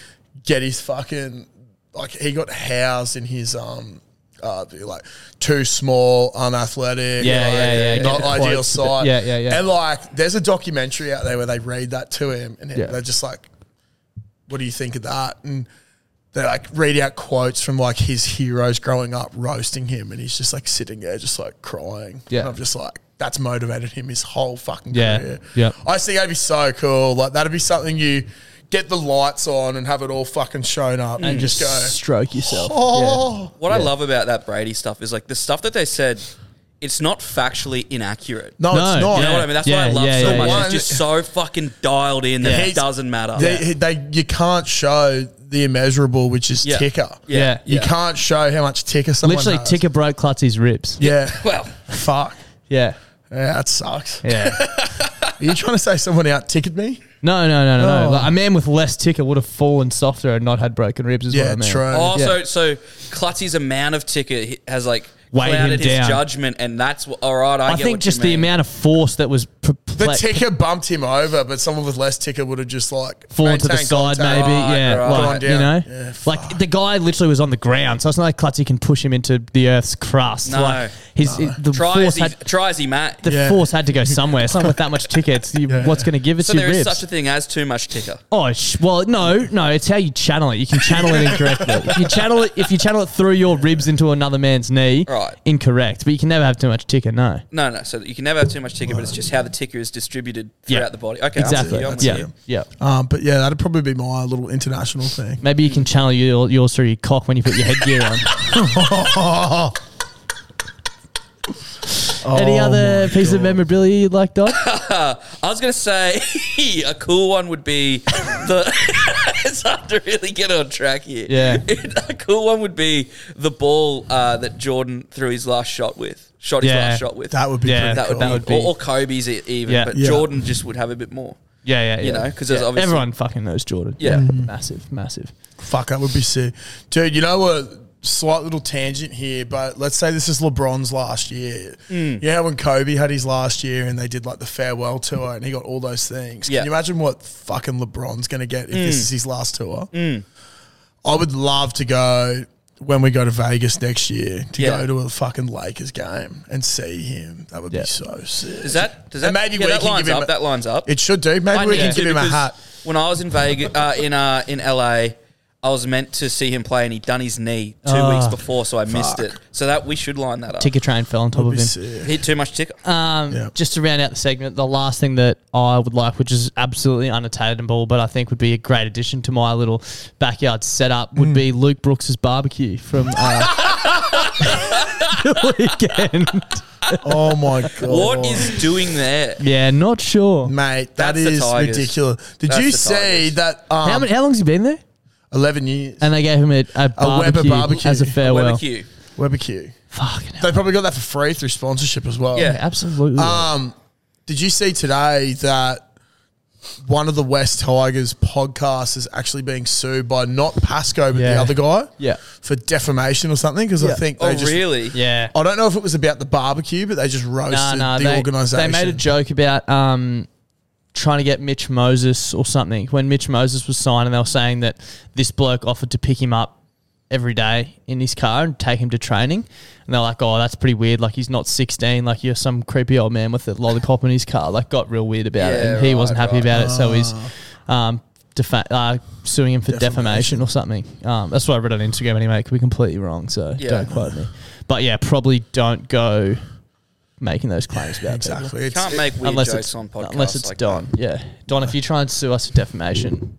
S1: get his fucking like he got housed in his um. Uh, like too small, unathletic,
S2: Yeah,
S1: like,
S2: yeah, yeah, get
S1: not
S2: the
S1: ideal
S2: quotes a bit-
S1: size.
S2: yeah, yeah, yeah.
S1: And like, there's a documentary out there where they read that to him, and
S2: Yeah.
S1: they're just like, "What do you think of that?" And they like read out quotes from like his heroes growing up roasting him and he's just like sitting there just like crying
S2: Yeah.
S1: and i'm just like that's motivated him his whole fucking
S2: Yeah.
S1: career
S2: Yep.
S1: i just think that'd be so cool like that'd be something you get the lights on and have it all fucking shown up and, just go
S2: Mm. Stroke yourself.
S1: oh
S4: What I love about that Brady stuff is like the stuff that they said it's not factually inaccurate.
S1: No,
S2: No,
S1: it's not.
S4: You know what I mean? That's
S2: Yeah,
S4: what I love
S2: yeah,
S4: so
S2: yeah,
S4: much.
S1: yeah.
S4: It's just so fucking dialed in that
S1: He's-
S4: it doesn't matter.
S1: They, they, you can't show the immeasurable, which is
S4: Yeah.
S1: ticker.
S2: Yeah.
S1: You can't show how much ticker someone
S2: Literally,
S1: has.
S2: ticker broke Clutzy's ribs.
S1: Yeah.
S2: [LAUGHS]
S4: Well,
S1: Fuck.
S2: Yeah.
S1: Yeah, that sucks.
S2: Yeah.
S1: [LAUGHS] Are you trying to say someone out ticketed me?
S2: No, no, no, no,
S1: Oh.
S2: no. Like, a man with less ticker would have fallen softer and not had broken ribs. Is what
S1: Yeah,
S2: I mean.
S1: true.
S4: oh,
S2: Yeah.
S4: so so Clutzy's amount of ticket he- has like
S2: Weighed him
S4: clouded his
S2: down.
S4: judgment, and that's what, all right. I,
S2: I
S4: get
S2: think
S4: what
S2: just
S4: you
S2: the
S4: mean.
S2: amount of force that was p- p-
S1: The
S2: pla-
S1: ticker bumped him over, but someone with less ticker would have just like
S2: fallen to the
S1: maintained
S2: side,
S1: contact.
S2: maybe.
S4: Right,
S2: yeah,
S4: right.
S2: like
S1: Gone
S2: you know,
S1: down. Yeah,
S2: like the guy literally was on the ground, so it's not like Klutzy can push him into the Earth's crust.
S4: No.
S2: like his the
S4: try
S2: force
S4: as he
S2: had
S4: try as he may.
S2: the
S1: Yeah.
S2: force had to go
S4: [LAUGHS]
S2: somewhere. It's not with that much tickets. You, What's going to give it
S4: So
S2: to
S4: there
S2: your
S4: is
S2: ribs?
S4: such a thing as too much ticker.
S2: Oh sh- well, no, no. It's how you channel it. You can channel it incorrectly. if you channel it, if you channel it through your ribs into another man's knee,
S4: Right.
S2: Incorrect. But you can never have too much ticker. No.
S4: No, no. So you can never have too much ticker, but it's just how the ticker is distributed
S2: Yeah.
S4: throughout the body. Okay, I'm with
S2: exactly.
S4: you, I'm with
S2: Yeah.
S4: you.
S2: Yeah.
S1: Um, but yeah, that'd probably be my little international thing.
S2: Maybe you can channel your, yours through your cock when you put your headgear
S4: [LAUGHS]
S2: on.
S1: Oh,
S4: Oh
S2: Any other piece of memorabilia you'd like, Doc?
S4: I was gonna say [LAUGHS] a cool one would be the. [LAUGHS] it's hard to really get on track here.
S2: Yeah.
S4: [LAUGHS] a cool one would be the ball uh, that Jordan threw his last shot with. Shot his
S2: Yeah.
S4: last shot with.
S1: That would be
S2: Yeah,
S1: pretty
S4: That would,
S1: cool.
S4: be,
S2: would be-
S4: Or, or Kobe's e- even,
S2: Yeah.
S4: but
S1: Yeah.
S4: Jordan just would have a bit more.
S2: Yeah, yeah, yeah.
S4: You know, 'cause there's
S2: Yeah.
S4: obviously-
S2: everyone fucking knows Jordan.
S4: Yeah.
S1: Mm.
S2: massive, massive.
S1: Fuck, that would be sick. Dude, you know what? Slight little tangent here, but let's say this is LeBron's last year.
S4: Mm.
S1: Yeah, when Kobe had his last year and they did like the farewell tour and he got all those things.
S4: Yeah. Mm.
S1: Can you imagine what fucking LeBron's going to get if this is his last tour? I would love to go when we go to Vegas next year to
S4: Yeah.
S1: go to a fucking Lakers game and see him. That would
S2: Yeah.
S1: be so sick.
S4: Does that? Does that?
S1: And maybe
S4: yeah,
S1: we
S4: that
S1: can
S4: lines
S1: give him
S4: up.
S1: a-
S4: that lines up.
S1: It should do. Maybe
S4: I
S1: we
S4: need
S1: can
S4: to
S1: give him a
S4: because
S1: hat.
S4: When I was in Vegas, uh, in uh, in LA, I was meant to see him play, and he'd done his knee two
S2: Ah.
S4: weeks before, so I missed it. So that we should line that up.
S2: Ticker train fell on top of
S1: Be
S4: [LAUGHS]
S2: him.
S1: sick.
S4: Hit too much ticker.
S2: Um, Just to round out the segment, the last thing that I would like, which is absolutely unattainable, but I think would be a great addition to my little backyard setup,
S1: Mm.
S2: would be Luke Brooks's barbecue from uh,
S1: [LAUGHS]
S2: [LAUGHS] the weekend.
S1: Oh my god.
S4: What is [LAUGHS] doing there?
S2: Yeah, not sure.
S1: Mate, that
S4: That's the
S1: is
S4: Tigers.
S1: ridiculous. Did
S4: That's
S1: you
S4: the
S1: see
S4: Tigers.
S1: that? Um,
S2: How, many, Uh, how long's he been there?
S1: 11 years.
S2: And they gave him a, a,
S1: A
S2: barbecue,
S1: Weber barbecue.
S2: as a
S1: A
S2: farewell.
S4: Barbecue.
S1: Webbq.
S2: Fucking hell.
S1: They probably got that for free through sponsorship as well.
S4: Yeah.
S2: Absolutely.
S1: Um, did you see today that one of the West Tigers podcasts is actually being sued by not Pasco, but the
S2: Yeah.
S1: other guy
S2: yeah.
S1: for defamation or something? Because I
S2: Yeah.
S1: think they
S4: Oh,
S1: just.
S4: really?
S2: Yeah.
S1: I don't know if it was about the barbecue, but they just roasted
S2: No, no,
S1: the
S2: they,
S1: organisation.
S2: They made a joke about um, trying to get Mitch Moses or something when Mitch Moses was signed, and they were saying that this bloke offered to pick him up every day in his car and take him to training. And they're like, "Oh, that's pretty weird. Like he's not 16. Like you're some creepy old man with a lollipop in his car." Like got real weird about it,
S4: Yeah,
S2: and he wasn't
S4: right,
S2: happy
S4: right.
S2: about it, so he's. Um, Defa- uh, suing him for defamation,
S1: Defamation.
S2: or something. Um, that's what I read on Instagram anyway. Could be completely wrong, so
S4: Yeah.
S2: don't quote me. But yeah, probably don't go making those claims about people.
S1: Exactly. It's-
S4: Can't make weird jokes on podcasts.
S2: unless it's
S4: like
S2: Don. Yeah, Don, if you try and sue us for
S4: [LAUGHS]
S2: defamation,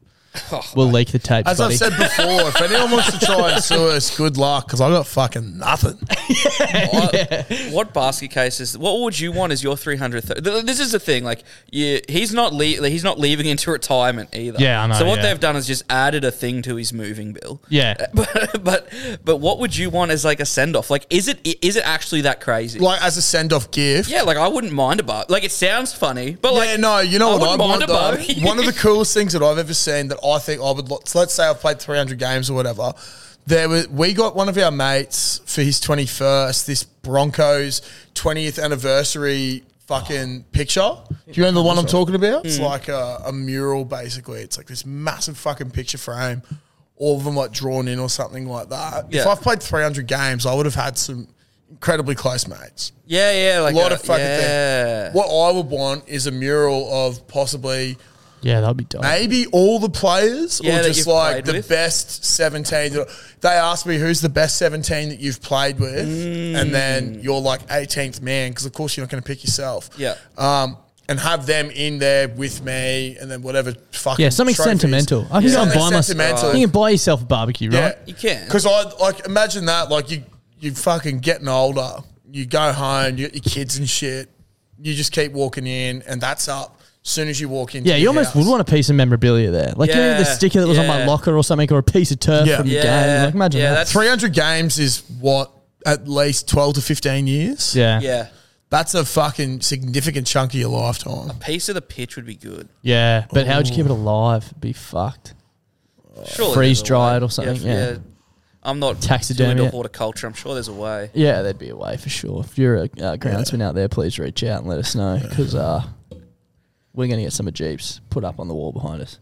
S4: Oh,
S2: we'll leak the tapes,
S1: As
S2: buddy.
S1: I've said before, if anyone wants to try and sue us, good luck, because I got fucking nothing.
S2: [LAUGHS]
S4: What, what basket cases? What would you want as your 300th? th- This is the thing. Like, you, he's not le- like, he's not leaving into retirement either.
S2: Yeah, I know,
S4: So what
S2: yeah.
S4: they've done is just added a thing to his moving bill.
S2: yeah,
S4: [LAUGHS] But but but what would you want as like a send off? Like, is it is it actually that crazy?
S1: Like as a send off gift.
S4: yeah, like I wouldn't mind a bar. Like it sounds funny, but like
S1: yeah, no, you know
S4: I
S1: what I
S4: wouldn't
S1: want
S4: mind a
S1: though.
S4: barbecue.
S1: One
S4: [LAUGHS]
S1: of the coolest things that I've ever seen that I think I would. lo- So let's say I've played 300 games or whatever. There was, we got one of our mates for his 21st, this Broncos 20th anniversary fucking picture. Do you remember the one I'm talking about?
S4: Hmm.
S1: It's like a, a mural, basically. It's like this massive fucking picture frame, all of them like drawn in or something like that. If
S4: Yeah.
S1: I've played 300 games, I would have had some incredibly close mates
S4: yeah, yeah, like uh,
S1: a lot of fucking
S4: yeah.
S1: things. What I would want is a mural of possibly
S2: yeah, that'd be dope.
S1: maybe all the players
S4: Yeah,
S1: or
S4: that
S1: just
S4: you've
S1: like
S4: played
S1: the
S4: with.
S1: best 17. that- They asked me who's the best 17 that you've played with, and then you're like 18th man because, of course, you're not going to pick yourself.
S4: Mm. Yeah.
S1: Um, and have them in there with me, and then whatever fucking
S2: Yeah, something
S1: trophies.
S2: sentimental. I can
S1: Yeah.
S2: go and buy
S1: Something
S2: myself.
S1: sentimental.
S2: You can buy yourself a barbecue, right?
S4: You can.
S1: Because I like imagine that like you you fucking getting older. you go home, you get your kids and shit. You just keep walking in, and that's up. As soon as you walk in,
S2: Yeah, you almost would want a piece of memorabilia there. Like, you know, the
S4: Yeah,
S2: sticker that was on my
S4: yeah.
S2: locker or something, or a piece of turf
S1: Yeah.
S2: from the
S4: Yeah,
S2: game. Like, imagine
S4: yeah,
S2: that.
S4: that's-
S1: Three hundred games is what at least twelve to fifteen years.
S2: yeah. yeah.
S4: Yeah.
S1: that's a fucking significant chunk of your lifetime.
S4: Piece of the pitch would be good.
S2: But how'd you keep it alive? It'd be fucked.
S4: Surely
S2: Freeze
S4: there's a
S2: dried
S4: way.
S2: or something,
S4: f-
S2: yeah.
S4: I'm not
S2: Taxidermy
S4: into
S2: it.
S4: horticulture. I'm sure there's a way.
S2: Yeah, there'd be a way for sure. If you're a uh, groundsman out there, please reach out and let us know because uh, we're going to get some of Jeeps put up on the wall behind us.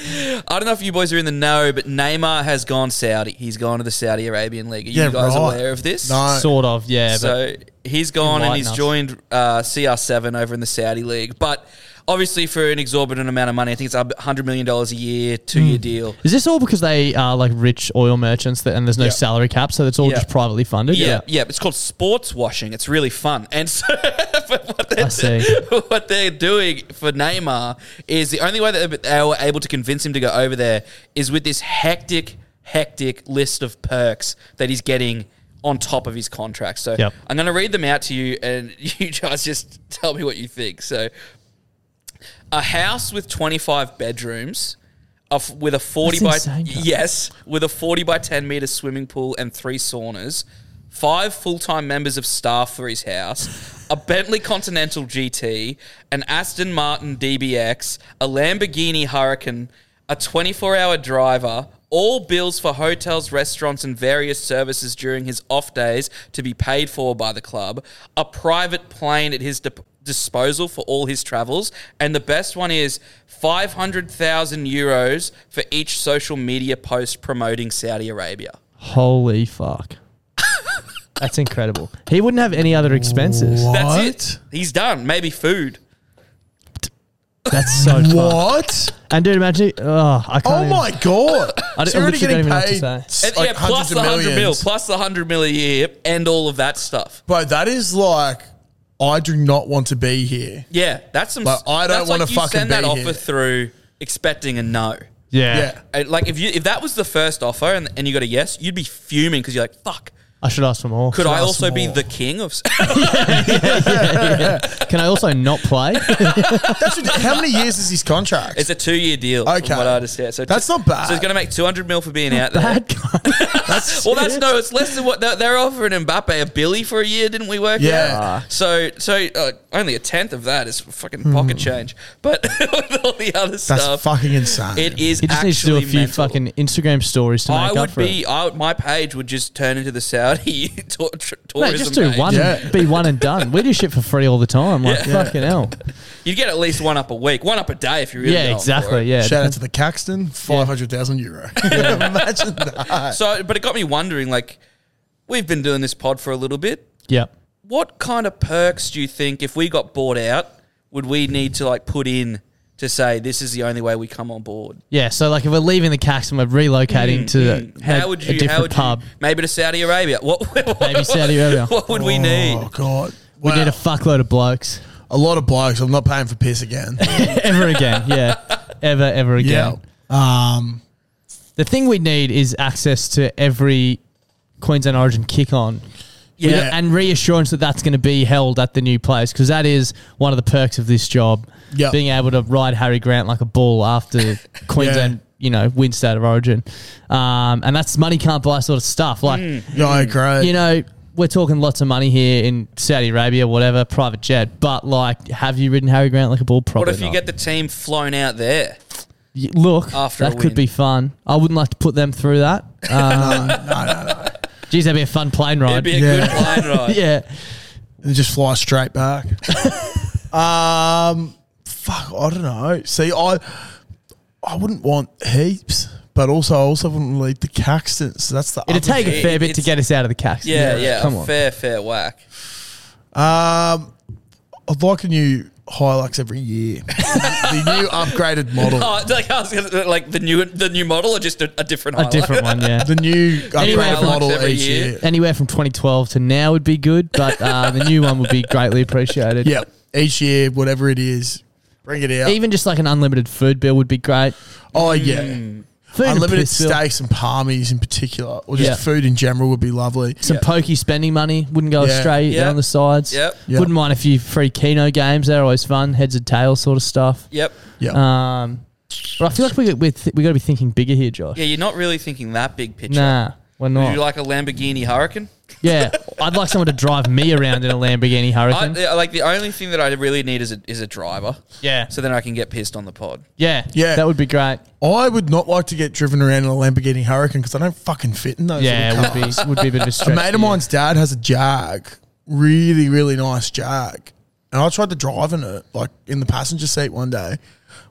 S4: I don't know if you boys are in the know, but Neymar has gone Saudi. He's gone to the Saudi Arabian League. Are you
S1: Yeah,
S4: guys
S1: right.
S4: aware of this?
S1: No,
S2: Sort of, yeah. but
S4: So he's gone and
S2: Enlighten
S4: he's
S2: us.
S4: joined uh, CR7 over in the Saudi League. But obviously, for an exorbitant amount of money, I think it's $100 million a year, two
S2: Hmm.
S4: year deal.
S2: is this all because they are like rich oil merchants that, and there's no
S1: Yeah.
S2: salary cap, so it's all
S4: Yeah.
S2: just privately funded?
S4: Yeah, yeah, It's called sports washing. It's really fun. And so [LAUGHS] but what, they're,
S2: I see.
S4: [LAUGHS] what they're doing for Neymar is the only way that they were able to convince him to go over there is with this hectic, hectic list of perks that he's getting on top of his contract. So
S2: Yep.
S4: I'm going to read them out to you, and [LAUGHS] you guys just tell me what you think. So a house with 25 bedrooms. a f- With a forty
S2: That's
S4: by
S2: insane, Carl.
S4: yes, with a forty by ten meter swimming pool and three saunas, five full time members of staff for his house, a Bentley Continental GT, an Aston Martin DBX, a Lamborghini Hurricane, a twenty four hour driver, all bills for hotels, restaurants, and various services during his off days to be paid for by the club, a private plane at his dep disposal for all his travels. And the best one is 500,000 euros for each social media post promoting Saudi Arabia.
S1: [LAUGHS]
S2: Holy fuck. That's incredible. He wouldn't have any other expenses.
S4: That's
S1: what?
S4: it. He's done. Maybe food.
S2: That's so fun.
S1: What?
S2: And dude, imagine. Oh, I can't.
S1: Oh
S2: even-
S1: my god!
S2: [COUGHS] I don't-
S1: So you're already
S2: I literally
S1: getting
S2: don't even
S1: paid.
S2: know what to
S4: And,
S1: like
S4: yeah, plus
S1: hundreds of
S4: the 100 mil,
S1: millions.
S4: plus the 100 mil a year and all of that stuff.
S1: Bro, that is like, I do not want to be here.
S4: Yeah, that's some.
S1: But I don't
S4: that's
S1: wanna
S4: like you
S1: fucking
S4: send that
S1: be
S4: offer
S1: here.
S4: through expecting a no.
S2: Yeah.
S1: Yeah.
S4: And, Like if you if that was the first offer and, and you got a yes, you'd be fuming because you're like, fuck.
S2: I should ask for more. [LAUGHS]
S4: Could I also be
S1: more.
S4: the king of?
S2: Can I also not
S1: [LAUGHS]
S2: play?
S1: That's ridiculous. How many years is his contract?
S4: [LAUGHS] it's a two-year deal.
S1: Okay.
S4: from what I understand. So
S1: That's not bad.
S4: So he's going to make two hundred mil for being out there.
S2: Bad guy.
S4: Well, that's no. It's less than what they're, they're offering Mbappe a billy for a year, didn't we work?
S1: Yeah.
S4: out? So, so uh, only a tenth of that is fucking
S2: Hmm.
S4: pocket change. But [LAUGHS] with all the other
S1: That's
S4: stuff,
S1: fucking insane.
S4: it is.
S2: He just
S4: actually
S2: needs to do a few
S4: mental.
S2: fucking Instagram stories to
S4: I
S2: make up
S4: would
S2: for
S4: be.
S2: it.
S4: I would, my page would just turn into the Saudi [LAUGHS] tour, tr- tourism.
S2: Mate, just do
S4: page.
S2: one.
S1: Yeah.
S2: Be one and done. We do shit for free all the time. Like fucking
S4: [LAUGHS]
S2: hell.
S4: You'd get at least one up a week, one up a day if you really.
S2: Yeah,
S4: go for it.
S2: exactly. Yeah.
S1: Shout out to the Caxton, 500,000
S4: [LAUGHS]
S1: euro. [LAUGHS] Imagine that.
S4: So, but it got me wondering. Like, we've been doing this pod for a little bit.
S2: Yep.
S4: what kind of perks do you think if we got bought out would we need to like put in to say this is the only way we come on board?
S2: Yeah. So like, if we're leaving the CAX and we're relocating to
S4: Mm, How
S2: a,
S4: would
S2: a
S4: you?
S2: different
S4: how would
S2: pub,
S4: you? Maybe to Saudi Arabia. What? [LAUGHS] what-
S2: maybe Saudi Arabia.
S4: [LAUGHS] What would we need?
S1: Oh, God.
S2: We
S1: Wow.
S2: need a fuckload of blokes [LAUGHS]
S1: a lot of blokes. I'm not paying for piss again.
S4: [LAUGHS]
S2: ever again. Yeah. Ever, ever again.
S1: yeah. Um,
S2: The thing we need is access to every Queensland Origin kick on.
S4: Yeah.
S2: With- And reassurance that that's going to be held at the new place because that is one of the perks of this job.
S1: Yep.
S2: Being able to ride Harry Grant like a bull after Queensland, you know, win state of origin. Um, and that's money can't buy sort of stuff. Like,
S1: yeah, I agree.
S2: you know, we're talking lots of money here in Saudi Arabia, whatever, private jet. But like, have you ridden Harry Grant like a bull? Probably
S4: What if you
S2: not.
S4: get the team flown out there?
S2: Y- Look,
S4: After a
S2: that could
S4: win.
S2: be fun. I wouldn't like to put them
S1: [LAUGHS]
S2: through that. Um, Geez, that'd be a fun plane
S4: It'd
S2: ride.
S4: be a good plane
S2: [LAUGHS]
S4: ride.
S2: yeah,
S1: and just fly straight
S4: [LAUGHS]
S1: back. um, fuck, I don't know. See, I I wouldn't want heaps, but also I also wouldn't lead the Caxtons. So that's the
S2: it'd
S1: other
S2: take a
S4: It-
S2: fair bit to
S4: it's-
S2: get us out of the cast.
S4: Yeah, yeah.
S2: Come on.
S4: Fair, fair whack.
S1: Um, I'd like a new Hilux every
S2: [LAUGHS]
S1: year. the new upgraded model.
S4: [LAUGHS] Oh, it's like I was gonna, like the new the new model or just a, a different
S2: A
S4: highlight?
S2: different one. Yeah,
S1: The new
S2: Anyway,
S1: upgraded
S2: Hilux
S1: model
S4: every
S1: each
S4: year.
S1: year.
S2: anywhere from 2012 to now would be good, but uh, the new one would be greatly appreciated.
S1: Yeah, each year, whatever it is, bring it out.
S2: Even just like an unlimited food bill would be great.
S1: oh yeah,
S2: Food and
S1: Unlimited
S2: piss bill.
S1: steaks and palmies in particular, or just
S2: Yeah.
S1: food in general would be lovely.
S2: Some pokey spending money wouldn't go
S1: Yeah.
S2: astray
S4: Yeah.
S2: down the sides.
S4: Yep.
S1: Yep.
S2: Wouldn't mind a few free keno games. They're always fun, heads and tails sort of stuff.
S4: [LAUGHS] Yep.
S1: Yeah.
S2: Um, but I feel like we we th- we got to be thinking bigger here, Josh.
S4: Yeah, you're not really thinking that big picture.
S2: nah, we're
S4: Would
S2: not.
S4: you like a Lamborghini Hurricane?
S2: yeah, I'd like someone to drive me around in a Lamborghini
S4: I,
S2: Hurricane.
S4: I- like the only thing that I really need is a, is a driver,
S2: yeah,
S4: so then I can get pissed on the pod.
S2: yeah,
S1: Yeah.
S2: That would be great.
S1: I would not like to get driven around in a Lamborghini Hurricane because I don't fucking fit in those.
S2: Yeah,
S1: little
S2: it would be would be a bit of a
S1: A
S2: stretch.
S1: mate of
S2: yeah.
S1: mine's dad has a Jag, really, really nice Jag. And I tried to drive in it, like in the passenger seat one day.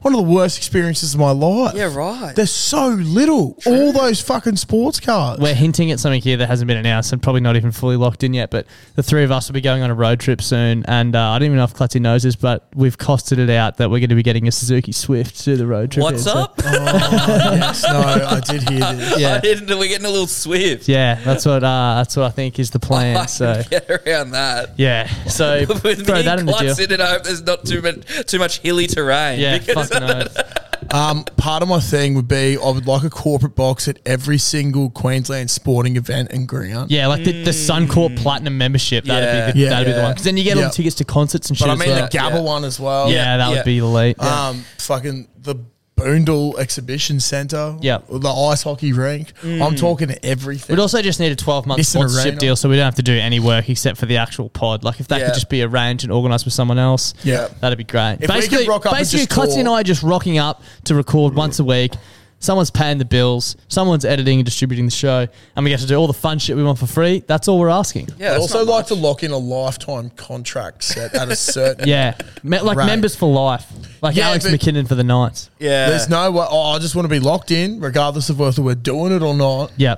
S1: One of the worst experiences of my life.
S4: Yeah, right.
S1: They're so little. All those fucking sports cars.
S2: We're hinting at something here that hasn't been announced and probably not even fully locked in yet. But the three of us will be going on a road trip soon, and uh, I don't even know if Clutzy knows this, but we've costed it out that we're going to be getting a Suzuki Swift to the road trip.
S4: What's
S2: here, so-
S4: up? [LAUGHS]
S1: yes, no, I did hear this.
S2: Yeah,
S4: We're getting a little swift.
S2: yeah, that's what uh, that's what I think is the
S4: [LAUGHS] I
S2: plan.
S4: can
S2: So
S4: get around that. [LAUGHS]
S2: yeah, so throw
S4: With me
S2: that in the deal.
S4: clutching it, I hope there's not too much too much hilly terrain.
S2: Yeah,
S4: because- [LAUGHS]
S2: fucking oath.
S1: Um, part of my thing would be I would like a corporate box at every single Queensland sporting event and ground.
S2: Yeah, like the, the Suncorp Platinum membership. That'd be the,
S1: Hmm. Yeah.
S2: that'd be the
S1: Yeah.
S2: one. Because then you get all
S1: Yeah.
S2: the tickets to concerts and shit.
S1: But I
S2: as
S1: mean
S2: well.
S1: the Gabba
S4: yeah.
S1: one as well.
S2: yeah, that
S4: yeah.
S2: would be elite. Yeah.
S1: Um, fucking the Boondall Exhibition Centre.
S2: Yeah.
S1: The ice hockey rink. I'm
S4: Mm.
S1: talking everything.
S2: We'd also just need a 12 month
S1: Nissan
S2: sponsorship
S1: Arena.
S2: deal so we don't have to do any work except for the actual pod. Like, if that
S4: Yeah.
S2: could just be arranged and organised with someone else,
S1: Yeah.
S2: that'd be great.
S1: If we could rock up and
S2: basically
S1: just
S2: Clutzy and
S1: tour. Mm.
S2: I just rocking up to record once a week. Someone's paying the bills, someone's editing and distributing the show, and we get to do all the fun shit we want for free. That's all we're asking.
S4: yeah,
S1: I'd
S4: that's
S1: also
S4: not
S1: like
S4: much.
S1: to lock in a lifetime contract set at a certain.
S2: Yeah. Me- like
S1: Right.
S2: members for life. Like
S1: Yeah,
S2: Alex
S1: but-
S2: McKinnon for the Knights.
S4: [LAUGHS] Yeah,
S1: There's no way. Oh, I just want to be locked in, regardless of whether we're doing it or not.
S2: Yeah.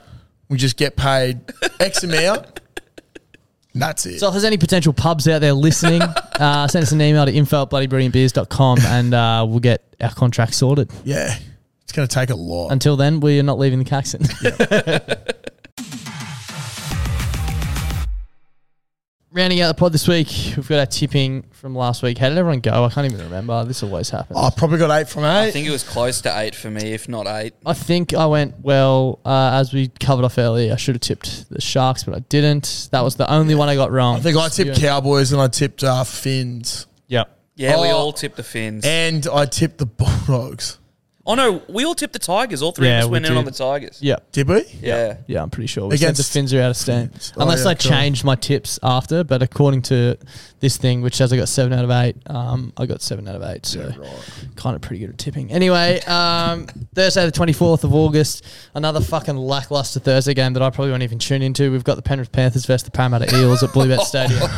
S1: We just get paid X amount. and that's it.
S2: So if there's any potential pubs out
S1: [LAUGHS]
S2: there listening, uh, send us an email to info at bloodybrilliantbeers.com and uh, we'll get our contract sorted.
S1: yeah. It's going to take a lot.
S2: Until then, we are not leaving the Caxton. [LAUGHS] Rounding out the pod this week, we've got our tipping from last week. How did everyone go? I can't even remember. This always happens.
S1: I probably got eight from eight.
S4: I think it was close to eight for me, if not eight.
S2: I think I went well uh, as we covered off earlier. I should have tipped the Sharks, but I didn't. That was the only one I got wrong.
S1: I think I tipped Cowboys and I tipped uh, Finns.
S2: Yep.
S4: Yeah, we
S1: Oh.
S4: all tipped the Finns.
S2: eh.
S1: And I tipped the Bulldogs.
S4: Oh no, we all tipped the Tigers. All three
S2: Yeah,
S4: of us
S2: we
S4: went in
S2: did.
S4: on the Tigers.
S2: Yep.
S1: Did we?
S4: Yeah. [LAUGHS]
S2: Yeah, I'm pretty sure. We said
S1: Against-
S2: the fins are out of steam.
S1: Oh,
S2: Unless
S1: yeah,
S2: I
S1: cool.
S2: changed my tips after, but according to this thing, which says I got seven out of eight, um, I got seven out of eight. So kind of pretty good at tipping. Anyway, um, Thursday the 24th of August, another fucking lackluster Thursday game that I probably won't even tune into. We've got the Penrith Panthers versus the Parramatta Eels at Bluebet Stadium.
S1: [LAUGHS]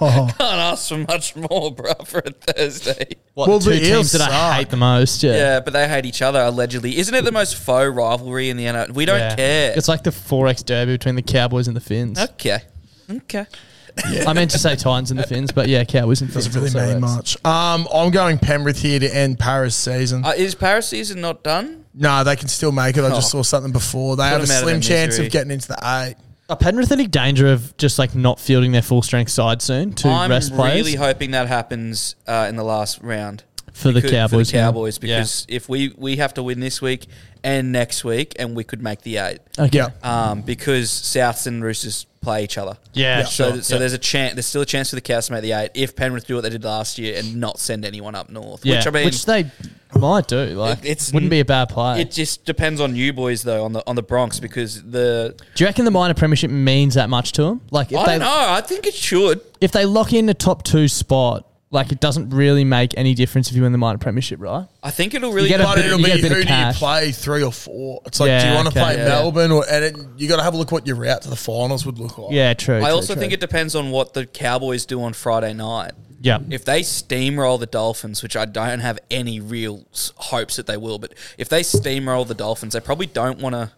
S4: Can't ask for much more, bro, for a Thursday.
S2: What,
S1: Well,
S2: the
S1: the
S2: two teams
S1: Eels
S2: that I
S1: suck.
S2: hate the most. Yeah.
S4: Yeah, but they hate each other allegedly. Isn't it the most faux rivalry in the NRL? We don't
S2: Yeah.
S4: care.
S2: It's like the 4X derby between the Cowboys and
S1: [LAUGHS]
S2: the Finns.
S4: okay, okay.
S2: I meant to say Titans and the Finns, but yeah, Cowboys and Finns.
S1: Doesn't really
S2: also
S1: mean
S2: works.
S1: much. Um, I'm going Penrith here to end Paris season.
S4: Uh, is Paris season not done?
S1: no, they can still make it. I just
S4: Oh.
S1: saw something before. They have a
S4: them out of their
S1: slim chance
S4: misery.
S1: of getting into the eight.
S2: Are Penrith in danger of just like not fielding their full strength side soon to
S4: I'm
S2: rest players
S4: really hoping that happens uh, in the last round.
S2: for, the
S4: Could-
S2: Cowboys?
S4: for the
S2: now?
S4: Cowboys, because if we we have to win this week and next week, and we could make the eight,
S2: yeah, okay.
S1: Yeah.
S4: um, because Souths and Roosters play each other.
S2: yeah,
S4: So,
S2: sure.
S4: so there's a chance. There's still a chance for the Cavs to make the eight if Penrith do what they did last year and not send anyone up north.
S2: yeah,
S4: Which I mean,
S2: they might do. Like,
S4: It- it's
S2: wouldn't
S4: n-
S2: be a bad play.
S4: it just depends on you boys though on the on the Bronx because the
S2: do you reckon the minor premiership means that much to them? Like, if
S4: I
S2: they
S4: don't know. I think it should.
S2: if they lock in a top two spot, like it doesn't really make any difference if you win the minor premiership, right?
S4: I think it'll really.
S2: get a
S1: But
S2: bit-
S1: it'll
S2: you
S1: be
S2: get a
S1: who
S2: bit of
S1: do you
S2: cash.
S1: play three or four? It's like, do
S2: Yeah,
S1: you want to
S2: okay.
S1: play
S2: Yeah.
S1: Melbourne or and it, you got to have a look what your route to the finals would look like.
S2: Yeah, true.
S4: I also think it depends on what the Cowboys do on Friday night.
S2: Yeah.
S4: If they steamroll the Dolphins, which I don't have any real s- hopes that they will, but if they steamroll the Dolphins, they probably don't want to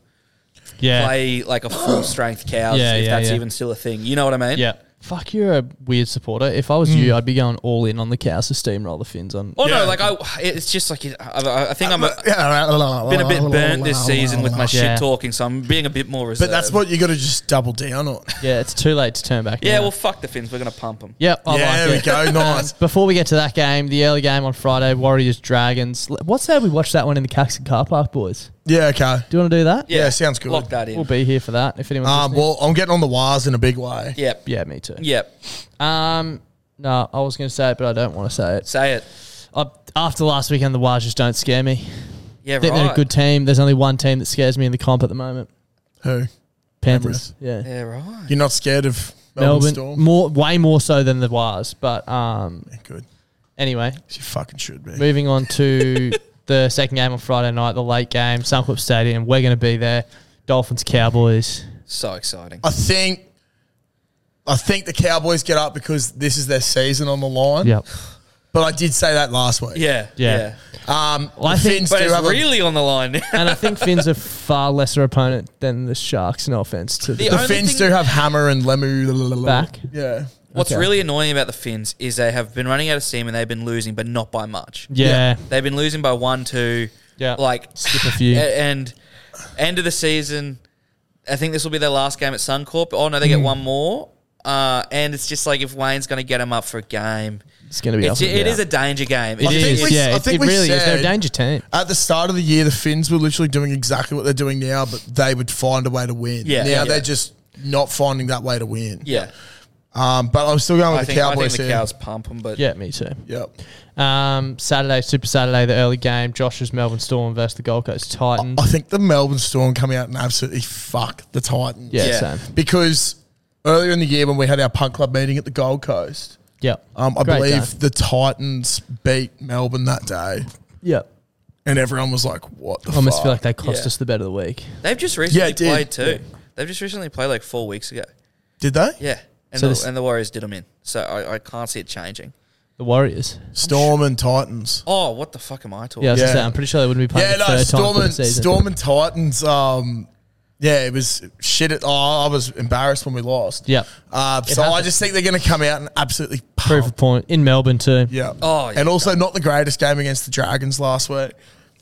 S2: yeah.
S4: play like a
S2: [GASPS]
S4: full strength cows
S2: Yeah,
S4: if
S2: yeah,
S4: that's
S2: yeah.
S4: even still a thing. You know what I mean?
S2: Yeah. Fuck, you're a weird supporter. If I was you, I'd be going all in on the cows to steamroll the fins on.
S4: Oh
S1: Yeah.
S4: no, like I, it's just like I, I- I think I'm a,
S1: [LAUGHS] Yeah, la, la, la, la,
S4: been a bit
S1: la, la,
S4: burnt
S1: la,
S4: this
S1: la,
S4: season
S1: la,
S4: with
S1: la.
S4: my
S2: Yeah.
S4: shit talking, so I'm being a bit more reserved.
S1: But that's what you got to just double down on.
S2: Yeah, it's too late to turn back.
S4: Yeah,
S2: now.
S4: well, fuck the Finns. We're gonna pump them.
S2: Yep, [LAUGHS] I
S1: yeah,
S2: like
S1: there
S2: it.
S1: we
S2: [LAUGHS]
S1: go. Nice.
S2: Before we get to that game, the early game on Friday, Warriors Dragons. L- What say we watch that one in the Caxton car park, boys?
S1: Yeah, okay.
S2: Do you want to do that?
S1: Yeah, sounds good.
S4: Lock that in.
S2: We'll be here for that if anyone's
S1: Um,
S2: listening.
S1: well, I'm getting on the wires in a big way.
S4: Yep.
S2: yeah, me too.
S4: Yep.
S2: Um, no, I was going to say it, but I don't want to say it.
S4: Say it.
S2: I, after last weekend, the Wires just don't scare me.
S4: Yeah,
S2: I think
S4: right.
S2: they're a good team. There's only one team that scares me in the comp at the moment.
S1: Who?
S2: Panthers. Yeah.
S4: Yeah, right.
S1: You're not scared of Melbourne,
S2: Melbourne, Mm.
S1: Storm?
S2: more way more so than the Wires. But um,
S1: Yeah, good.
S2: anyway,
S1: You fucking should be.
S2: moving on to the second game on Friday night, the late game, Suncorp Stadium. We're going to be there. Dolphins, Cowboys.
S4: So exciting.
S1: I think. I think the Cowboys get up because this is their season on the line.
S2: Yep.
S1: But I did say that last week.
S4: Yeah.
S2: Yeah.
S4: Yeah.
S1: Um,
S2: I
S1: the
S2: think-
S1: Finns
S4: But
S1: do
S4: it's
S1: have a-
S4: really on the line.
S2: [LAUGHS] And I think Finn's a far lesser opponent than the Sharks. No offense to the,
S4: The
S1: the
S4: only
S1: Finns
S4: thing-
S1: do have Hammer and Lemu
S2: Back.
S1: Yeah.
S4: What's
S2: Okay.
S4: really annoying about the Finns is they have been running out of steam and they've been losing, but not by much.
S2: yeah,
S4: They've been losing by one, two.
S2: Yeah.
S4: Like
S2: skip a few.
S4: [LAUGHS] a- and end of the season, I think this will be their last game at Suncorp. Oh no, they
S2: Mm.
S4: get one more. Uh, and it's just like if Wayne's going to get them up for a game,
S2: It's going to be.
S4: it's,
S2: up and
S4: it
S2: down.
S4: is a danger game.
S2: It
S4: It's-
S1: think
S2: is,
S1: we-
S2: yeah.
S1: I
S2: It,
S1: think
S2: it
S1: we
S2: really is. They're a
S1: said-
S2: danger team.
S1: At the start of the year, the Finns were literally doing exactly what they're doing now, but they would find a way to win.
S4: Yeah.
S1: Now
S4: Yeah.
S1: they're just not finding that way to win.
S4: Yeah,
S1: Um, but I'm still going with
S4: I
S1: the
S4: think, I
S1: Cowboys
S4: think the
S1: here.
S4: cows pump them, but
S2: Yeah, me too.
S1: Yep.
S2: Um, Saturday, Super Saturday, the early game. Josh's Melbourne Storm versus the Gold Coast Titans.
S1: I think the Melbourne Storm come out and absolutely fuck the Titans.
S2: yeah,
S4: yeah.
S2: same.
S1: Because earlier in the year when we had our punk club meeting at the Gold Coast,
S2: Yep.
S1: um, I
S2: Great
S1: believe
S2: game.
S1: the Titans beat Melbourne that day.
S2: Yep.
S1: And everyone was like, what the
S2: I almost
S1: fuck?
S2: feel like they cost
S4: Yeah.
S2: us the bet of the week.
S4: they've just recently
S1: it did.
S4: played too. They've just recently played like four weeks ago.
S1: Did they?
S4: Yeah, and,
S2: So
S4: the,
S2: this-
S4: and the Warriors did them in, so I, I can't see it changing.
S2: The Warriors.
S1: Storm and Titans.
S4: Oh, what the fuck am I talking?
S2: Yeah, I was Gonna
S1: Yeah.
S2: say, I'm pretty sure they wouldn't be playing
S1: Yeah,
S2: the
S1: no,
S2: third time
S1: Storm
S2: for the
S1: and,
S2: season.
S1: Storm and Titans. Um, yeah, it was shit. At, oh, I was embarrassed when we lost.
S2: Yep.
S1: Uh, so I
S2: happens.
S1: just think they're going to come out and absolutely
S2: Proof
S1: pump.
S2: of point in Melbourne too.
S1: Yeah.
S4: Oh, yeah,
S1: and also not the greatest game against the Dragons last week.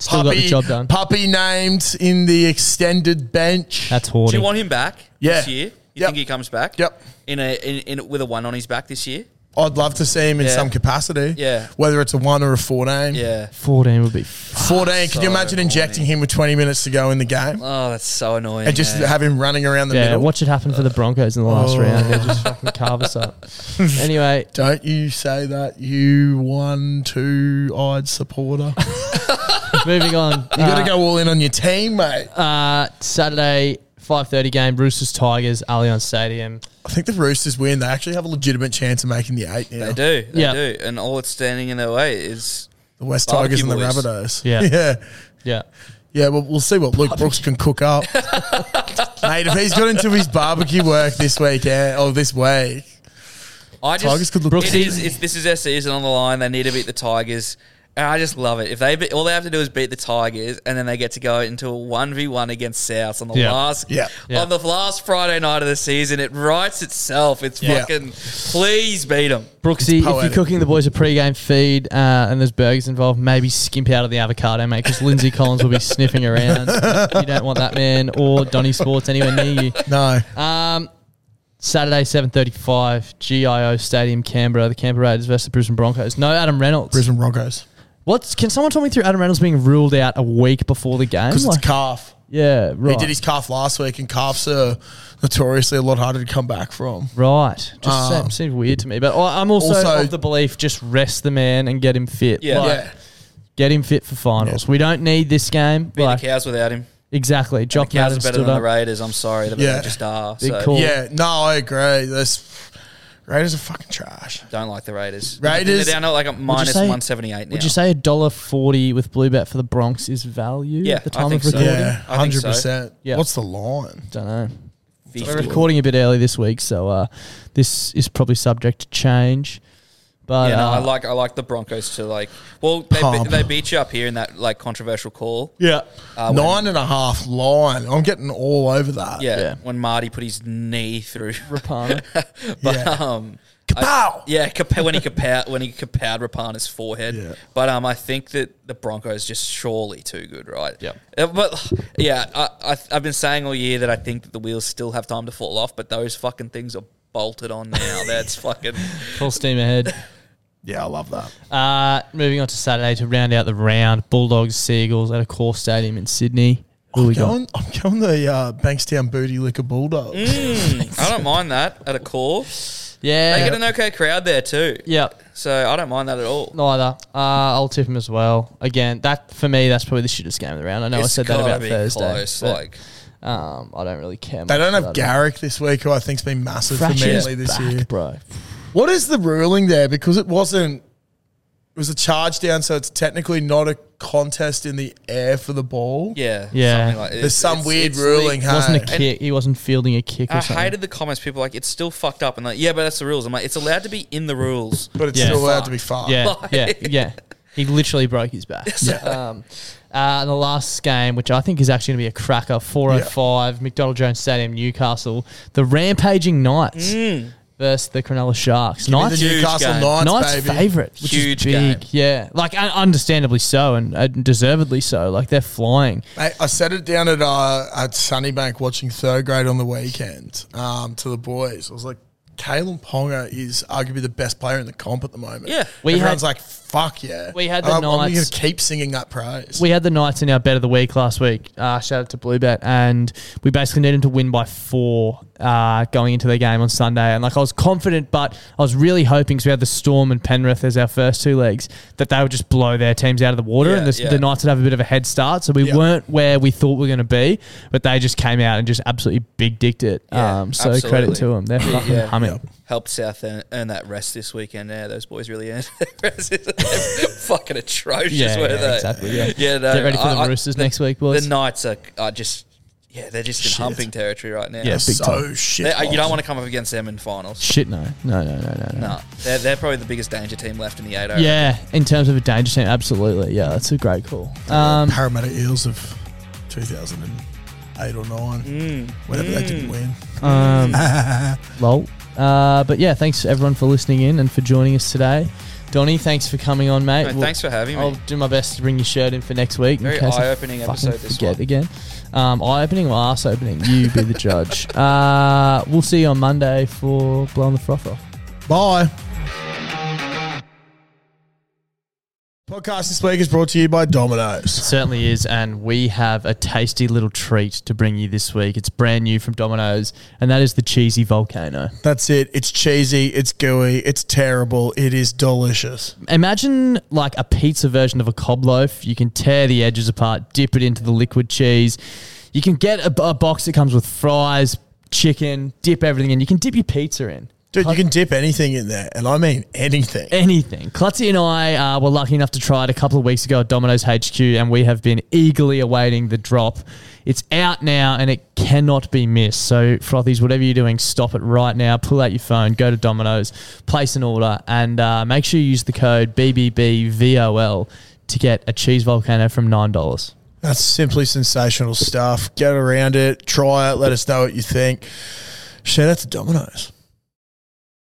S2: Still got the job done.
S1: Puppy named in the extended bench.
S2: That's
S4: Do
S2: horny.
S4: you want him back
S1: Yeah.
S4: this year? You
S1: Yep.
S4: think he comes back?
S1: Yep.
S4: In a in, in with a one on his back this year?
S1: I'd love to see him in
S4: Yeah.
S1: some capacity.
S4: Yeah.
S1: Whether it's a one or a fourteen.
S4: Yeah.
S2: 14 would be. F-
S1: 14. Can you
S4: So
S1: imagine injecting him with 20 minutes to go in the game
S4: Oh, that's so annoying.
S1: and just
S4: yeah.
S1: have him running around the
S2: yeah,
S1: middle? Oh.
S2: watch it happen for the Broncos in the last round. They just fucking carve
S1: [LAUGHS]
S2: us up. Anyway,
S1: Don't you say that, you one, two eyed supporter. you [LAUGHS]
S2: moving on.
S1: got to go all in on your team, mate.
S2: Uh, Saturday, 5.30 game, Roosters, Tigers, Allianz Stadium.
S1: I think the Roosters win. They actually have a legitimate chance of making the eight now.
S4: They do. They
S2: Yeah.
S4: do. And all that's standing in their way is
S1: The West
S4: Barbecue
S1: Tigers and the
S4: boys.
S1: Rabbitohs.
S2: Yeah.
S1: [LAUGHS] Yeah.
S2: Yeah.
S1: Yeah, well, we'll see what Luke Brooks can cook up. Mate, if he's got into his barbecue work this week, yeah, or this week,
S4: I just
S1: Tigers could look
S4: it
S1: good.
S4: is, it's, this is their season on the line. They need to beat the Tigers. And I just love it. If they be, all they have to do is beat the Tigers, and then they get to go into a one v one against South on the
S2: Yeah.
S4: last
S1: Yeah.
S2: Yeah.
S4: on the last Friday night of the season. It writes itself. It's
S1: Yeah.
S4: fucking please beat them.
S2: Brooksy, if you're
S1: poetic.
S2: cooking the boys a pre-game feed uh, and there's burgers involved, maybe skimp out of the avocado, mate, because Lindsay Collins
S1: [LAUGHS]
S2: will be sniffing around. You don't want that man or Donny Sports anywhere near you.
S1: no.
S2: Saturday, 7.35, GIO Stadium, Canberra. The Canberra Raiders versus the Brisbane Broncos. No Adam Reynolds.
S1: Brisbane Broncos.
S2: What's, can someone talk me through Adam Reynolds being ruled out a week before the game?
S1: Because it's
S2: Like,
S1: calf.
S2: yeah, right.
S1: He did his calf last week, and calves are notoriously a lot harder to come back from.
S2: Right, just
S4: Ah.
S2: seem- seems, weird to me, but I- I'm also,
S1: Also-
S2: of the belief just rest the man and get him fit.
S4: Yeah.
S2: Like,
S1: Yeah.
S2: get him fit for finals. We don't need this game.
S4: Beat
S2: Like,
S4: the cows without him.
S2: Exactly.
S4: The
S2: Jock Madden
S4: cows are better
S2: stood
S4: than
S2: up.
S4: the Raiders. I'm sorry, they
S1: Yeah.
S4: just are.
S2: Big
S4: So
S2: call.
S1: Yeah, no, I agree. This Raiders are fucking trash.
S4: don't like the Raiders.
S1: Raiders-
S4: They're down at like a minus
S2: say-
S4: one seventy eight now.
S2: Would you say a dollar forty with blue bet for the Bronx is value
S4: Yeah,
S2: at the
S4: I
S2: time
S4: think
S2: of
S4: so.
S2: recording?
S1: Yeah,
S4: I think
S1: hundred
S4: so.
S1: percent.
S2: Yeah.
S1: What's the line?
S2: Don't know.
S4: 50?
S2: We're recording a bit early this week, so uh, this is probably subject to change. But
S4: Yeah, no,
S2: uh,
S4: I like I like the Broncos to like. Well, they, be-
S1: Pump.
S4: they beat you up here in that like controversial call.
S1: Yeah,
S2: Uh,
S1: nine and a half line. I'm getting all over that.
S4: Yeah,
S2: Yeah.
S4: when Marty put his
S1: [LAUGHS]
S4: knee through.
S2: Rapana.
S4: But,
S1: Yeah.
S4: um,
S1: Kapow!
S4: yeah, Kapa- when he kapowed when he kapowed Rapana's forehead.
S1: Yeah.
S4: But um, I think that the Broncos just surely too good, right?
S2: Yep.
S4: Uh, But yeah, I, I I've been saying all year that I think that the wheels still have time to fall off, but those fucking things are bolted
S2: [LAUGHS]
S4: on now. That's fucking
S2: Full steam
S4: [LAUGHS]
S2: ahead.
S1: Yeah, I love that.
S2: Uh, moving on to Saturday to round out the round, Bulldogs Seagulls at a core stadium in Sydney. Who
S1: I'm
S2: we got?
S1: going, I'm going the uh, Bankstown Booty Liquor Bulldogs.
S4: I don't mind that at a core. They get
S2: Yeah.
S4: an okay crowd there too.
S2: Yep.
S4: So I don't mind that at all.
S2: Neither. Uh, I'll tip him as well. Again, that for me, that's probably the shittest game of the round. I know I
S4: It's
S2: said that
S4: gotta
S2: about
S4: be
S2: Thursday.
S4: close,
S2: but,
S4: like
S2: um, I don't really care.
S1: They
S2: much
S1: don't have
S2: about
S1: Garrick this week, who I think's been massive
S2: that.
S1: for
S2: Fracture's
S1: Manly this
S2: back,
S1: year.
S2: bro.
S1: What is the ruling there? Because it wasn't. It was a charge down, so it's technically not a contest in the air for the ball.
S4: yeah,
S2: Yeah.
S4: something like
S1: There's
S4: it's-
S1: some
S4: it's-
S1: weird
S4: it's
S1: ruling.
S4: leaked.
S1: hey?
S2: Wasn't a kick. He wasn't fielding a kick. Or
S4: I
S2: something.
S4: hated the comments. People were like it's still fucked up, and like yeah, but that's the rules. I'm like it's allowed to be in the rules.
S1: but it's
S2: Yeah.
S1: still allowed to be far.
S2: [LAUGHS] Yeah,
S4: Like-
S2: yeah, yeah. He literally broke
S1: [LAUGHS]
S2: his back. Um, uh, and the last game, which I think is actually going to be a cracker, 405, McDonald Jones Stadium, Newcastle, the Rampaging Knights versus the Cronulla Sharks.
S1: Mm. The
S2: Knights,
S4: Huge
S1: Newcastle
S4: game.
S1: Knights,
S2: Knights
S1: baby.
S2: favourite, which
S4: Huge
S2: is big.
S4: game.
S2: Yeah, like un- understandably so and uh, deservedly so. Like they're flying.
S1: Mate, I said it down at uh, at Sunnybank watching third grade on the weekend um, to the boys. I was like, Kalen Ponga is arguably the best player in the comp at the moment.
S4: Yeah.
S2: We
S1: we everyone's
S2: had-
S1: like, fuck yeah.
S2: we had the
S1: I'm, I'm going
S2: Knights-
S1: to keep singing that praise.
S2: We had the Knights in our bet of the week last week. Uh, shout out to Bluebet, and we basically needed to win by four uh, going into their game on Sunday. And like I was confident, but I was really hoping because we had the Storm and Penrith as our first two legs that they would just blow their teams out of the water,
S4: Yeah,
S2: and the,
S4: yeah.
S2: the Knights would have a bit of a head start. So we
S1: Yeah.
S2: weren't where we thought we were going to be, but they just came out and just absolutely big dicked it.
S4: Yeah,
S2: um, so credit
S4: absolutely.
S2: to them, they're fucking
S4: yeah.
S2: humming.
S4: Helped South earn, earn that rest this weekend. Yeah, those boys really earned [LAUGHS] their rest. [LAUGHS] They're fucking atrocious,
S2: Yeah,
S4: were
S2: yeah,
S4: they?
S2: exactly, yeah.
S4: yeah no,
S2: Get ready for
S4: I-
S2: the
S4: I-
S2: Roosters next week, boys.
S4: The Knights are, are just, yeah, they're just in humping territory right now.
S2: Yeah, big time.
S1: so shit.
S4: They- you don't
S1: hot.
S4: want to come up against them in finals.
S2: Shit, no, no, no, no, no, no.
S4: No, they're, they're probably the biggest danger team left in the 8 over.
S2: Yeah, in terms of a danger team, absolutely. Yeah, that's a great call. Um,
S1: Parramatta Eels of 2008 or 9,
S2: Mm.
S1: whenever they didn't win.
S2: lol. Uh, but yeah, thanks everyone for listening in and for joining us today. Donnie, thanks for coming on, mate.
S4: No,
S2: We'll-
S4: thanks for having me.
S2: I'll do my best to bring your shirt in for next week. in
S4: Very
S2: case I
S4: eye-opening
S2: fucking
S4: episode this
S2: forget
S4: one.
S2: again. Um, eye opening or ass opening? You be the
S4: [LAUGHS]
S2: judge. Uh, we'll see you on Monday for blowing the froth off.
S1: Bye. Podcast this week is brought to you by Domino's.
S2: certainly is, and we have a tasty little treat to bring you this week. It's brand new from Domino's, and that is the cheesy volcano.
S1: That's it. It's cheesy. It's gooey. It's terrible. It is delicious.
S2: Imagine like a pizza version of a cob loaf. You can tear the edges apart, dip it into the liquid cheese. You can get a, a box that comes with fries, chicken, dip everything in. You can dip your pizza in.
S1: Dude, you can dip anything in there, and I mean anything.
S2: Anything. Klutzy and I uh, were lucky enough to try it a couple of weeks ago at Domino's HQ, and we have been eagerly awaiting the drop. It's out now, and it cannot be missed. So, frothies, whatever you're doing, stop it right now. Pull out your phone, go to Domino's, place an order, and uh, make sure you use the code BBBVOL to get a cheese volcano from nine dollars.
S1: That's simply sensational stuff. Get around it, try it, let us know what you think. Shout out to Domino's.